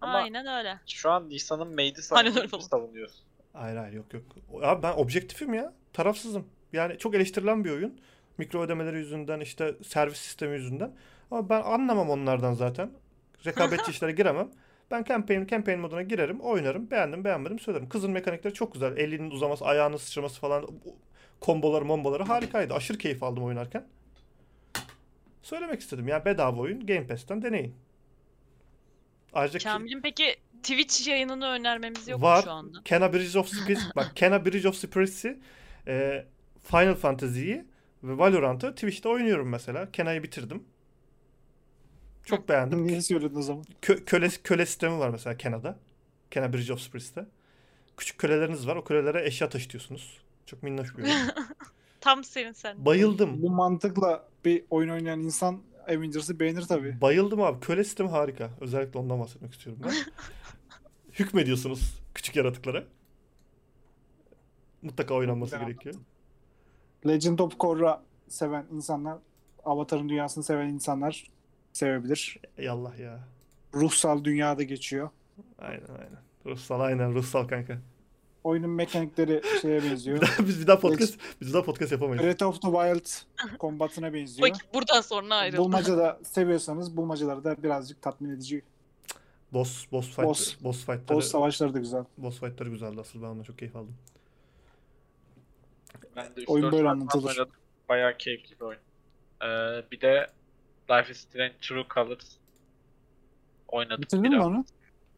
Ama-
Aynen öyle.
Şu an Nisan'ın Maid'i
Hani öyle
savunuyorsun.
falan.
savunuyorsun.
Hayır hayır yok yok. O- Abi ben objektifim ya. Tarafsızım. Yani çok eleştirilen bir oyun. Mikro ödemeleri yüzünden işte servis sistemi yüzünden. Ama ben anlamam onlardan zaten. Rekabetçi işlere giremem. Ben campaign, campaign moduna girerim, oynarım. Beğendim beğenmedim söylerim. Kızın mekanikleri çok güzel. Elinin uzaması, ayağının sıçraması falan. o- Komboları momboları harikaydı. Aşırı keyif aldım oynarken. Söylemek istedim ya bedava oyun. Game Pass'ten deneyin. Ayrıca ki-
Kamil'in peki Twitch yayınını önermemiz yok mu
Var.
şu anda?
Kena Bridge of Spirits bak Kena Bridge of Spirits'i e, Final Fantasy'yi ve Valorant'ı Twitch'te oynuyorum mesela. Kena'yı bitirdim. Çok beğendim.
Niye söyledin o zaman?
Kö- köle, köle sistemi var mesela Kena'da. Kena Bridge of Spirits'te. Küçük köleleriniz var. O kölelere eşya taşıtıyorsunuz. Çok minnoş bir oyun.
Tam senin sen.
Bayıldım.
Bu mantıkla bir oyun oynayan insan Avengers'ı beğenir tabii.
Bayıldım abi. Köle sistemi harika. Özellikle ondan bahsetmek istiyorum ben. Hükmediyorsunuz küçük yaratıklara. Mutlaka oynanması
Güzel
gerekiyor.
Legend of Korra seven insanlar, Avatar'ın dünyasını seven insanlar sevebilir.
Yallah ya.
Ruhsal dünyada geçiyor.
Aynen aynen. Ruhsal aynen ruhsal kanka.
Oyunun mekanikleri şeye
Bir
benziyor.
daha, biz bir daha podcast biz bir daha podcast yapamayız.
Breath of the Wild kombatına benziyor.
Bak buradan sonra ayrıldı.
Bulmaca da seviyorsanız bulmacaları da birazcık tatmin edici.
Boss boss fight boss,
Boss.
fight'ları
Boss
boss,
savaşları da güzel.
fight'ları güzeldi asıl ben ondan çok keyif aldım.
Ben de üç,
Oyun
dört
böyle
saat
anlatılır.
oynadım. Bayağı keyifli bir oyun. Ee, bir de Life is Strange True Colors oynadım
Bitirdin mi
biraz.
onu?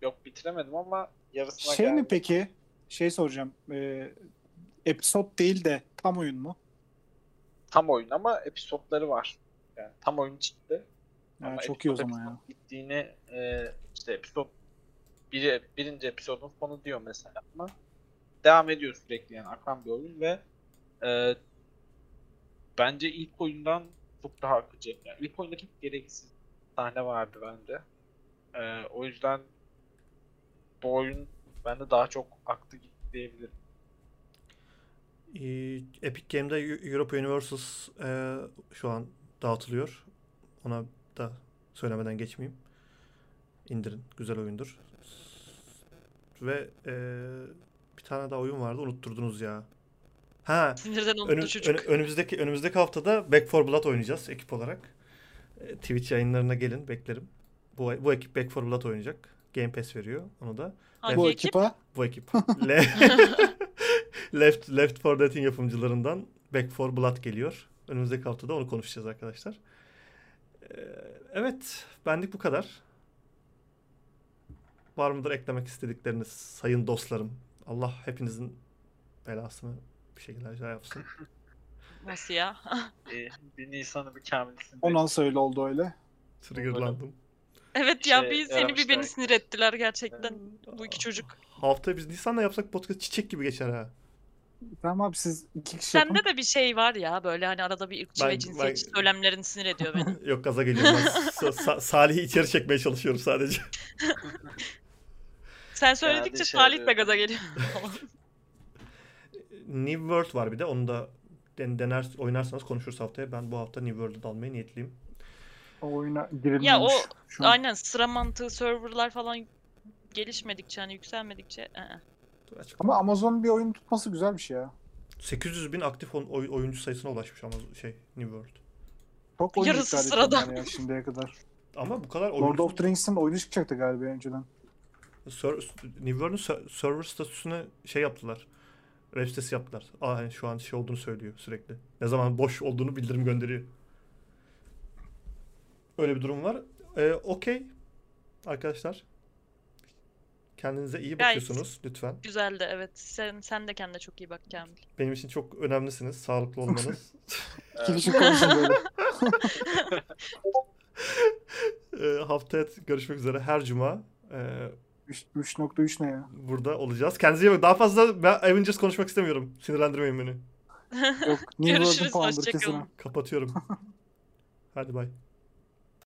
Yok bitiremedim ama yarısına
Şey
geldim.
mi peki? Şey soracağım. Ee, episode değil de tam oyun mu?
Tam oyun ama episodları var. Yani tam oyun çıktı.
Ha,
Ama
çok iyi o
episod-
zaman ya.
episod Bittiğini e, işte episod biri, birinci episodun sonu diyor mesela ama devam ediyor sürekli yani akan bir oyun ve e, bence ilk oyundan çok daha akıcı. Yani ilk oyundaki gereksiz sahne vardı bence. E, o yüzden bu oyun bende daha çok aktı gitti diyebilirim.
Ee, Epic Game'de Eu- Europa Universalis e, şu an dağıtılıyor. Ona da söylemeden geçmeyeyim. İndirin. Güzel oyundur. Ve e, bir tane daha oyun vardı unutturdunuz ya. Ha,
Sinirden unuttu
Önü-
çocuk.
önü- önümüzdeki önümüzdeki haftada Back 4 Blood oynayacağız ekip olarak. E, Twitch yayınlarına gelin beklerim. Bu bu ekip Back 4 Blood oynayacak. Game Pass veriyor onu da.
Hangi
Bu
ekip?
ekipa
Bu ekip. Le- Left Left 4 Dead'in yapımcılarından Back 4 Blood geliyor. Önümüzdeki haftada onu konuşacağız arkadaşlar. E, Evet, bendik bu kadar. Var mıdır eklemek istedikleriniz sayın dostlarım? Allah hepinizin belasını bir şekilde şey yapsın.
Nasıl ya?
E, bir Nisan'ı bir Kamil'sin.
ondan söyle oldu öyle.
Triggerlandım.
evet ya
İşe
bir seni
yaramışlar.
bir beni sinir ettiler gerçekten. Bu iki çocuk.
Haftaya biz Nisan'la yapsak podcast çiçek gibi geçer ha.
Tamam abi siz iki kişi yapın.
Sende de bir şey var ya böyle hani arada bir ırkçı
Ben-
ve cinsiyetçi
ben-
söylemlerin sinir ediyor beni.
Yok gaza geliyorum. Ben Sa- Sa- Salih'i içeri çekmeye çalışıyorum sadece.
Sen söyledikçe
şey
Salih de
diyorum.
gaza geliyor. Tamam.
New World var bir de. Onu da den- dener oynarsanız konuşuruz haftaya. Ben bu hafta New World'a dalmaya niyetliyim.
O oyuna girilmemiş.
Ya o-
şu an.
Aynen sıra mantığı serverlar falan gelişmedikçe hani yükselmedikçe ı-ı.
Açık.
Ama Amazon'un bir oyun tutması güzel bir şey ya.
800 bin aktif on- oy- oyuncu sayısına ulaşmış ama şey New World.
Çok oyun
Yarısı
iptal ettiler
sırada.
ya şimdiye kadar.
Ama bu kadar
Lord
oyuncu
of the Rings'in oyunu çıkacaktı galiba önceden.
Ser- New World'un ser- server statüsüne şey yaptılar. Web sitesi yaptılar. Aa, hani şu an şey olduğunu söylüyor sürekli. Ne zaman boş olduğunu bildirim gönderiyor. Öyle bir durum var. Ee, Okey. Arkadaşlar. Kendinize iyi
Gayet.
bakıyorsunuz lütfen.
Güzeldi evet. Sen, sen de kendine çok iyi bak Kamil.
Benim için çok önemlisiniz. Sağlıklı olmanız.
Kilişi konuşun böyle.
Ee, haftaya görüşmek üzere. Her cuma ee,
Üç- 3.3 ne ya?
burada olacağız. Kendinize iyi bakın. Daha fazla ben Avengers konuşmak istemiyorum. Sinirlendirmeyin beni.
Yok. New World'un
Görüşürüz,
puanıdır
hoşça
kesin.
kalın.
o.
Kapatıyorum. Hadi bay.